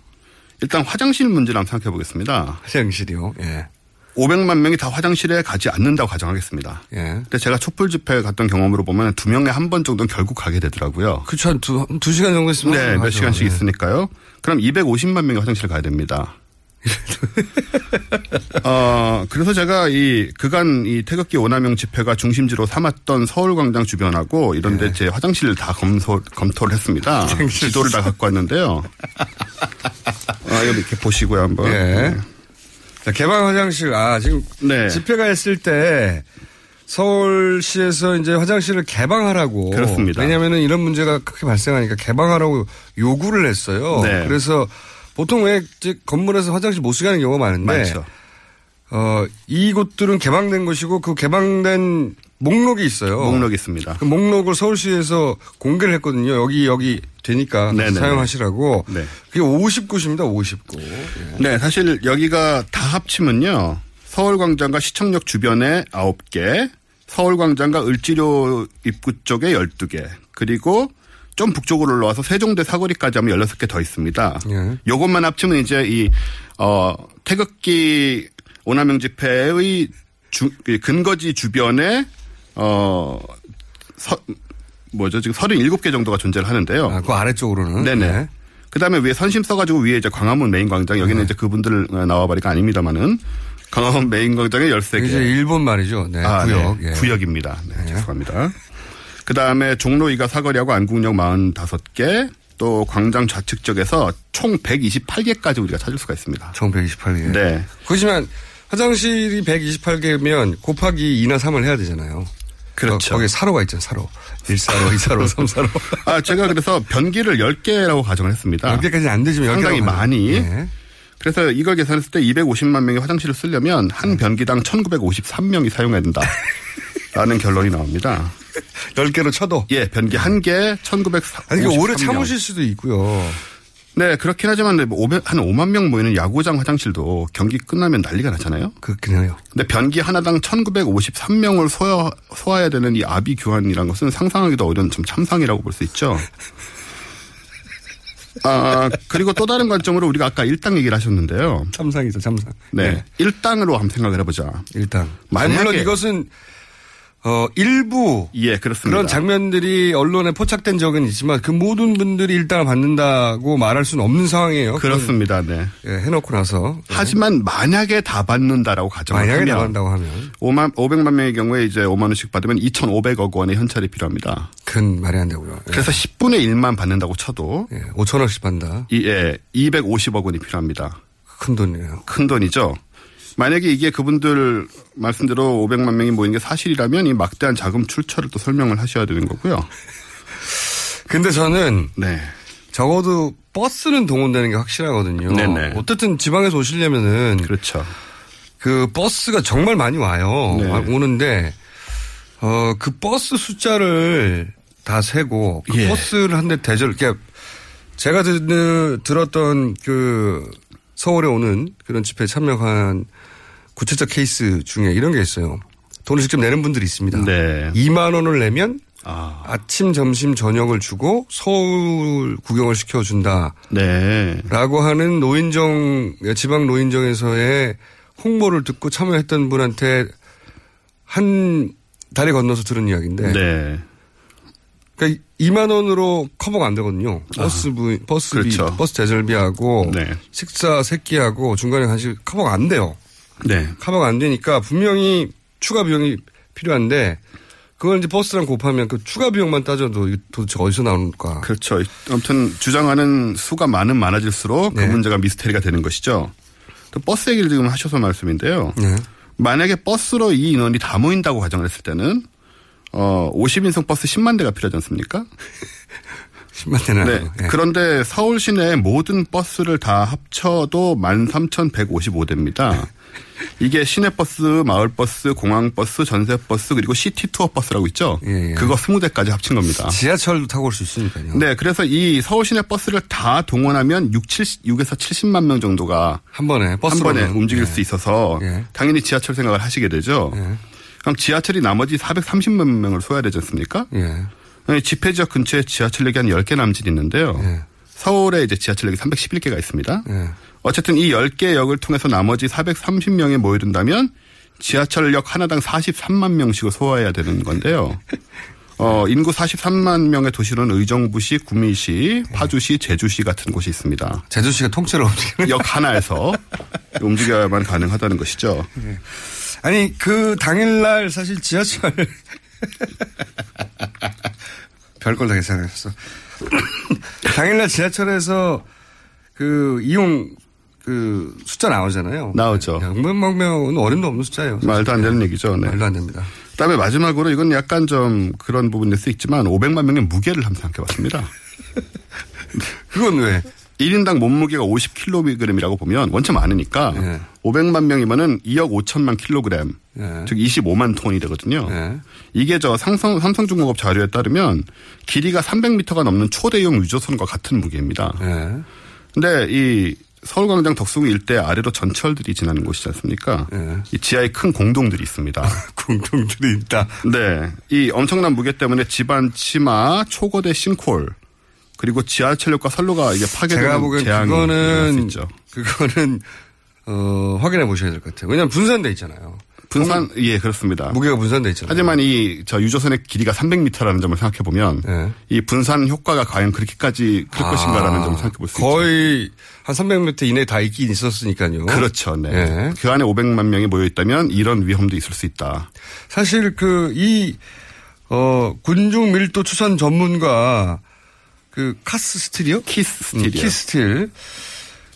S10: 일단 화장실 문제를 한번 생각해 보겠습니다.
S8: 화장실이요. 예.
S10: 500만 명이 다 화장실에 가지 않는다고 가정하겠습니다.
S8: 예.
S10: 근데 제가 촛불 집회 갔던 경험으로 보면 두 명에 한 번 정도는 결국 가게 되더라고요.
S8: 그렇죠. 한 두, 한두 시간 정도 있으면
S10: 네,
S8: 가죠.
S10: 몇 시간씩
S8: 예.
S10: 있으니까요. 그럼 250만 명이 화장실 가야 됩니다. 어, 그래서 제가 이 그간 이 태극기 원화명 집회가 중심지로 삼았던 서울광장 주변하고 이런데 제 화장실을 다 검소, 검토를 했습니다.
S8: 예. 화장실
S10: 지도를 다 갖고 왔는데요. 아, 여기 이렇게 보시고요, 한번.
S8: 예. 자, 개방 화장실. 아, 지금
S10: 네.
S8: 집회가 했을 때 서울시에서 이제 화장실을 개방하라고.
S10: 그렇습니다.
S8: 왜냐면은 이런 문제가 크게 발생하니까 개방하라고 요구를 했어요.
S10: 네.
S8: 그래서 보통 왜 이제 건물에서 화장실 못 쓰게 하는 경우가 많은데.
S10: 많죠.
S8: 어, 이곳들은 개방된 곳이고 그 개방된 목록이 있어요.
S10: 목록이 있습니다.
S8: 그 목록을 서울시에서 공개를 했거든요. 여기 여기 되니까
S10: 네네네.
S8: 사용하시라고.
S10: 네.
S8: 그게 50곳입니다. 50곳. 예.
S10: 네, 사실 여기가 다 합치면요. 서울광장과 시청역 주변에 9개, 서울광장과 을지로 입구 쪽에 12개, 그리고 좀 북쪽으로 올라와서 세종대 사거리까지 하면 16개 더 있습니다.
S8: 예.
S10: 요것만 합치면 이제 이, 어, 태극기 오남용 집회의 주- 이 근거지 주변에, 어, 서- 뭐죠. 지금 37개 정도가 존재를 하는데요.
S8: 아, 그 아래쪽으로는.
S10: 네네.
S8: 네.
S10: 그다음에 위에 선심 써가지고 위에 이제 광화문 메인 광장 여기는 이제 그분들 나와버리가 아닙니다만은 광화문 메인 광장에
S8: 이제
S10: 13개
S8: 일본 말이죠. 네,
S10: 예. 아,
S8: 구역.
S10: 네.
S8: 예.
S10: 구역입니다. 네, 죄송합니다. 그다음에 종로 이가 사거리하고 안국역 45개 또 광장 좌측 쪽에서 총 128개까지 우리가 찾을 수가 있습니다.
S8: 총 128개.
S10: 네.
S8: 그렇지만 화장실이 128개면 곱하기 2나 3을 해야 되잖아요.
S10: 그렇죠.
S8: 거기 사로가 있잖아요. 사로. 1사로, 2사로, 3사로.
S10: 아, 제가 그래서 변기를 10개라고 가정을 했습니다.
S8: 10개까지 안 되지만
S10: 상당히
S8: 10개라고
S10: 많이.
S8: 예.
S10: 그래서 이걸 계산했을 때 250만 명이 화장실을 쓰려면 한
S8: 네.
S10: 변기당 1953명이 사용해야 된다. 라는 결론이 나옵니다.
S8: 10개로 쳐도.
S10: 예, 변기 한 개, 1953명.
S8: 아니, 이게 오래 참으실 수도 있고요.
S10: 네, 그렇긴 하지만 뭐 오백- 한 5만 명 모이는 야구장 화장실도 경기 끝나면 난리가 나잖아요.
S8: 그렇긴 해요.
S10: 근데 변기 하나당 1953명을 소화, 소화해야 되는 이 아비 교환이라는 것은 상상하기도 어려운 좀 참상이라고 볼 수 있죠. 아, 그리고 또 다른 관점으로 우리가 아까 일당 얘기를 하셨는데요.
S8: 참상이죠, 참상. 예.
S10: 네. 일당으로 한번 생각을 해보자.
S8: 일단.
S10: 만약에-
S8: 물론 이것은, 어, 일부
S10: 예, 그렇습니다.
S8: 그런 장면들이 언론에 포착된 적은 있지만 그 모든 분들이 일당을 받는다고 말할 수는 없는 상황이에요.
S10: 그렇습니다. 네.
S8: 그건, 예, 해놓고 나서
S10: 하지만 만약에 다 받는다라고 가정을
S8: 만약에
S10: 하면
S8: 나간다고 하면
S10: 5만 500만 명의 경우에 이제 5만 원씩 받으면 2,500억 원의 현찰이 필요합니다.
S8: 그건 말이 안 되고요. 예.
S10: 그래서 10분의 1만 받는다고 쳐도
S8: 예, 5천 원씩 받는다.
S10: 이, 예, 250억 원이 필요합니다.
S8: 큰 돈이에요.
S10: 큰 돈이죠. 만약에 이게 그분들 어. 말씀대로 500만 명이 모인 게 사실이라면 이 막대한 자금 출처를 또 설명을 하셔야 되는 거고요.
S8: 근데 저는
S10: 네.
S8: 적어도 버스는 동원되는 게 확실하거든요.
S10: 네네.
S8: 어쨌든 지방에서 오시려면은
S10: 그렇죠.
S8: 그 버스가 정말 많이 와요.
S10: 네.
S8: 와- 오는데 어 그 버스 숫자를 다 세고 그
S10: 예.
S8: 버스를 한 대 대절 그러니까 제가 듣는 들었던 그 서울에 오는 그런 집회에 참여한 구체적 케이스 중에 이런 게 있어요. 돈을 직접 내는 분들이 있습니다.
S10: 네.
S8: 2만 원을 내면
S10: 아.
S8: 침 점심, 저녁을 주고 서울 구경을 시켜준다.
S10: 네.
S8: 라고 하는 노인정, 지방 노인정에서의 홍보를 듣고 참여했던 분한테 한 다리 건너서 들은 이야기인데.
S10: 네.
S8: 그러니까 2만 원으로 커버가 안 되거든요. 버스 비 버스비,
S10: 아, 그렇죠.
S8: 버스 대절비하고 식사 세끼하고 중간에 간식 커버가 안 돼요.
S10: 네.
S8: 커버가 안 되니까 분명히 추가 비용이 필요한데 그걸 이제 버스랑 곱하면 그 추가 비용만 따져도 이게 도대체 어디서 나올까?
S10: 그렇죠. 아무튼 주장하는 수가 많은 많아질수록
S8: 네.
S10: 그 문제가 미스테리가 되는 것이죠. 또 버스 얘기를 지금 하셔서 말씀인데요. 만약에 버스로 이 인원이 다 모인다고 가정을 했을 때는 어 50인승 버스 10만 대가 필요하지 않습니까?
S8: 10만 대는
S10: 네.
S8: 아니고, 예.
S10: 그런데 서울 시내 모든 버스를 다 합쳐도
S8: 네.
S10: 13,155대입니다. 이게 시내 버스, 마을 버스, 공항 버스, 전세 버스 그리고 시티 투어 버스라고 있죠.
S8: 예,
S10: 그거 20대까지 합친 겁니다.
S8: 지하철도 타고 올 수 있으니까요.
S10: 네, 그래서 이 서울 시내 버스를 다 동원하면 6, 7, 6에서 70만 명 정도가
S8: 한 번에
S10: 한
S8: 버스로는.
S10: 번에 움직일
S8: 예.
S10: 수 있어서 당연히 지하철 생각을 하시게 되죠. 그럼 지하철이 나머지 430만 명을 소화되지 않습니까?
S8: 예.
S10: 아니, 집회 네, 지역 근처에 지하철역이 한 10개 남짓 있는데요. 서울에 이제 지하철역이 311개가 있습니다.
S8: 예.
S10: 어쨌든 이 10개 역을 통해서 나머지 430명이 모여든다면 지하철역 하나당 43만 명씩을 소화해야 되는 건데요. 어, 인구 43만 명의 도시로는 의정부시, 구미시, 파주시, 제주시 같은 곳이 있습니다.
S8: 제주시가 통째로 움직이는
S10: 역 하나에서 움직여야만 가능하다는 것이죠.
S8: 아니 그 당일날 사실 지하철 별걸 다 계산했어. 당일날 지하철에서 그 이용 그 숫자 나오잖아요.
S10: 나오죠.
S8: 명은 어림도 없는 숫자예요.
S10: 말도 안 되는 얘기죠. 네.
S8: 말도 안 됩니다.
S10: 그다음에 마지막으로 이건 약간 좀 그런 부분일 수 있지만 500만 명의 무게를 한번 생각해봤습니다.
S8: 그건 왜?
S10: 1인당 몸무게가 50kg이라고 보면 원체 많으니까 500만 명이면은 2억 5천만 킬로그램,
S8: 예.
S10: 즉 25만 톤이 되거든요. 이게 저 상성, 삼성중공업 자료에 따르면 길이가 300m가 넘는 초대형 유조선과 같은 무게입니다.
S8: 그
S10: 근데 이 서울광장 덕숭이 일대 아래로 전철들이 지나는 곳이지 않습니까? 이 지하에 큰 공동들이 있습니다.
S8: 공동들이 있다.
S10: 네. 이 엄청난 무게 때문에 집안 치마, 초거대 싱콜, 그리고 지하철역과 선로가 이게
S8: 제가
S10: 파괴되는
S8: 보기엔
S10: 재앙이 일어날 수
S8: 그거는
S10: 있죠.
S8: 그거는 어, 확인해 보셔야 될 것 같아요. 왜냐하면 분산돼 있잖아요.
S10: 분산 예 그렇습니다.
S8: 무게가 분산돼 있잖아요.
S10: 하지만 이 저 유조선의 길이가 300m라는 점을 생각해 보면 이 분산 효과가 과연 그렇게까지 클
S8: 아,
S10: 것인가라는 점을 생각해 볼 수 있죠.
S8: 거의 한 300m 이내에 다 있긴 있었으니까요.
S10: 그렇죠. 네. 그 안에 500만 명이 모여 있다면 이런 위험도 있을 수 있다.
S8: 사실 그 이 어, 군중 밀도 추산 전문가 그 카스 스틸이요?
S10: 키스
S8: 스틸이요. 키스 스틸.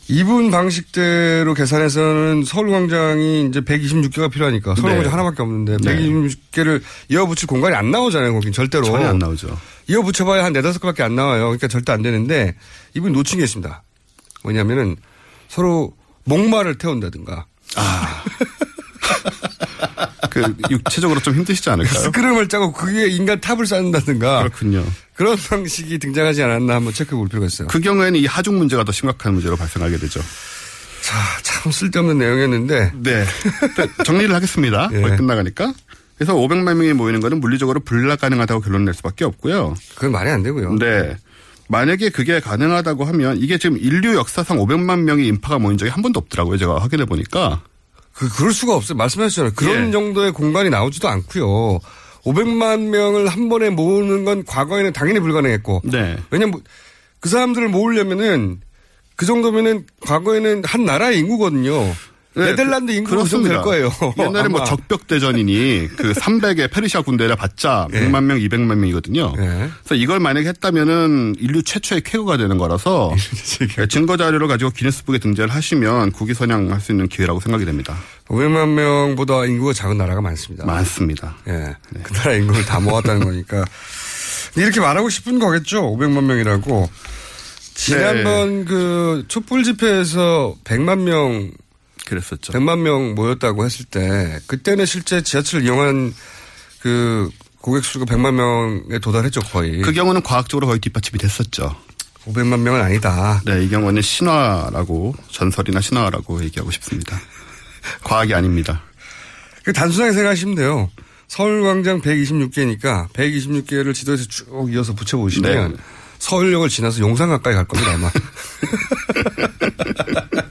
S8: 이분 방식대로 계산해서는 서울광장이 이제 126개가 필요하니까 서울광장
S10: 네.
S8: 하나밖에 없는데
S10: 네.
S8: 126개를 이어붙일 공간이 안 나오잖아요. 거긴 절대로.
S10: 전혀 안 나오죠.
S8: 이어붙여봐야 한 네다섯 개밖에 안 나와요. 그러니까 절대 안 되는데 이분 놓친 게 있습니다. 뭐냐면은 서로 목마를 태운다든가
S10: 그 육체적으로 좀 힘드시지 않을까요?
S8: 스크럼을 짜고 그게 인간 탑을 쌓는다든가
S10: 네. 그렇군요.
S8: 그런 방식이 등장하지 않았나 한번 체크해 볼 필요가 있어요.
S10: 그 경우에는 이 하중 문제가 더 심각한 문제로 발생하게 되죠.
S3: 아,
S8: 참 아, 쓸데없는 내용이었는데.
S10: 네. 일단 정리를 하겠습니다. 거의 끝나가니까. 그래서 500만 명이 모이는 거는 물리적으로 불가능하다고 결론 낼 수밖에 없고요.
S8: 그건 말이 안 되고요.
S10: 네. 만약에 그게 가능하다고 하면 이게 지금 인류 역사상 500만 명의 인파가 모인 적이 한 번도 없더라고요. 제가 확인해 보니까.
S8: 그, 그럴 수가 없어요. 말씀하셨잖아요. 그런
S3: 예.
S8: 정도의 공간이 나오지도 않고요. 500만 명을 한 번에 모으는 건 과거에는 당연히 불가능했고.
S3: 네.
S8: 왜냐면 뭐 그 사람들을 모으려면은 그 정도면은 과거에는 한 나라의 인구거든요. 네덜란드 인구로
S3: 네, 그렇습니다.
S8: 될 거예요.
S3: 옛날에 뭐
S8: 아마.
S3: 적벽대전이니 그 300의 페르시아 군대를 받자 100만 명, 200만 명이거든요.
S8: 예.
S3: 그래서 이걸 만약에 했다면은 인류 최초의 쾌거가 되는 거라서 네, 증거 자료를 가지고 기네스북에 등재를 하시면 국위 선양할 수 있는 기회라고 생각이 됩니다.
S8: 500만 명보다 인구가 작은 나라가 많습니다.
S3: 많습니다.
S8: 아. 예. 그 나라 인구를 다 모았다는 거니까. 근데 이렇게 말하고 싶은 거겠죠. 500만 명이라고. 지난번
S3: 네.
S8: 그 촛불 집회에서 100만 명
S3: 그랬었죠.
S8: 100만 명 모였다고 했을 때 그때는 실제 지하철을 이용한 그 고객 수가 100만 명에 도달했죠, 거의.
S3: 그 경우는 과학적으로 거의 뒷받침이 됐었죠.
S8: 500만 명은 아니다.
S3: 네, 이 경우는 신화라고 전설이나 신화라고 얘기하고 싶습니다. 과학이 아닙니다.
S8: 그 단순하게 생각하시면 돼요. 서울광장 126개니까 126개를 지도에서 쭉 이어서 붙여보시면
S3: 네.
S8: 서울역을 지나서 용산 가까이 갈 겁니다, 아마.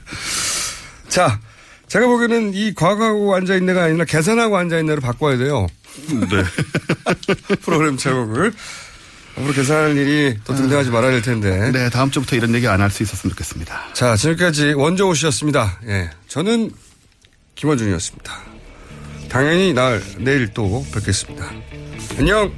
S8: 자, 제가 보기에는 이 과거하고 앉아있네가 아니라 계산하고 앉아있네로 바꿔야 돼요. 네. 프로그램 제목을. 앞으로 계산하는 일이 더 등장하지 말아야 될 텐데.
S3: 네, 다음 주부터 이런 얘기 안 할 수 있었으면 좋겠습니다.
S8: 자, 지금까지 원정우 씨였습니다. 예. 저는 김원준이었습니다. 당연히 날, 내일 또 뵙겠습니다. 안녕!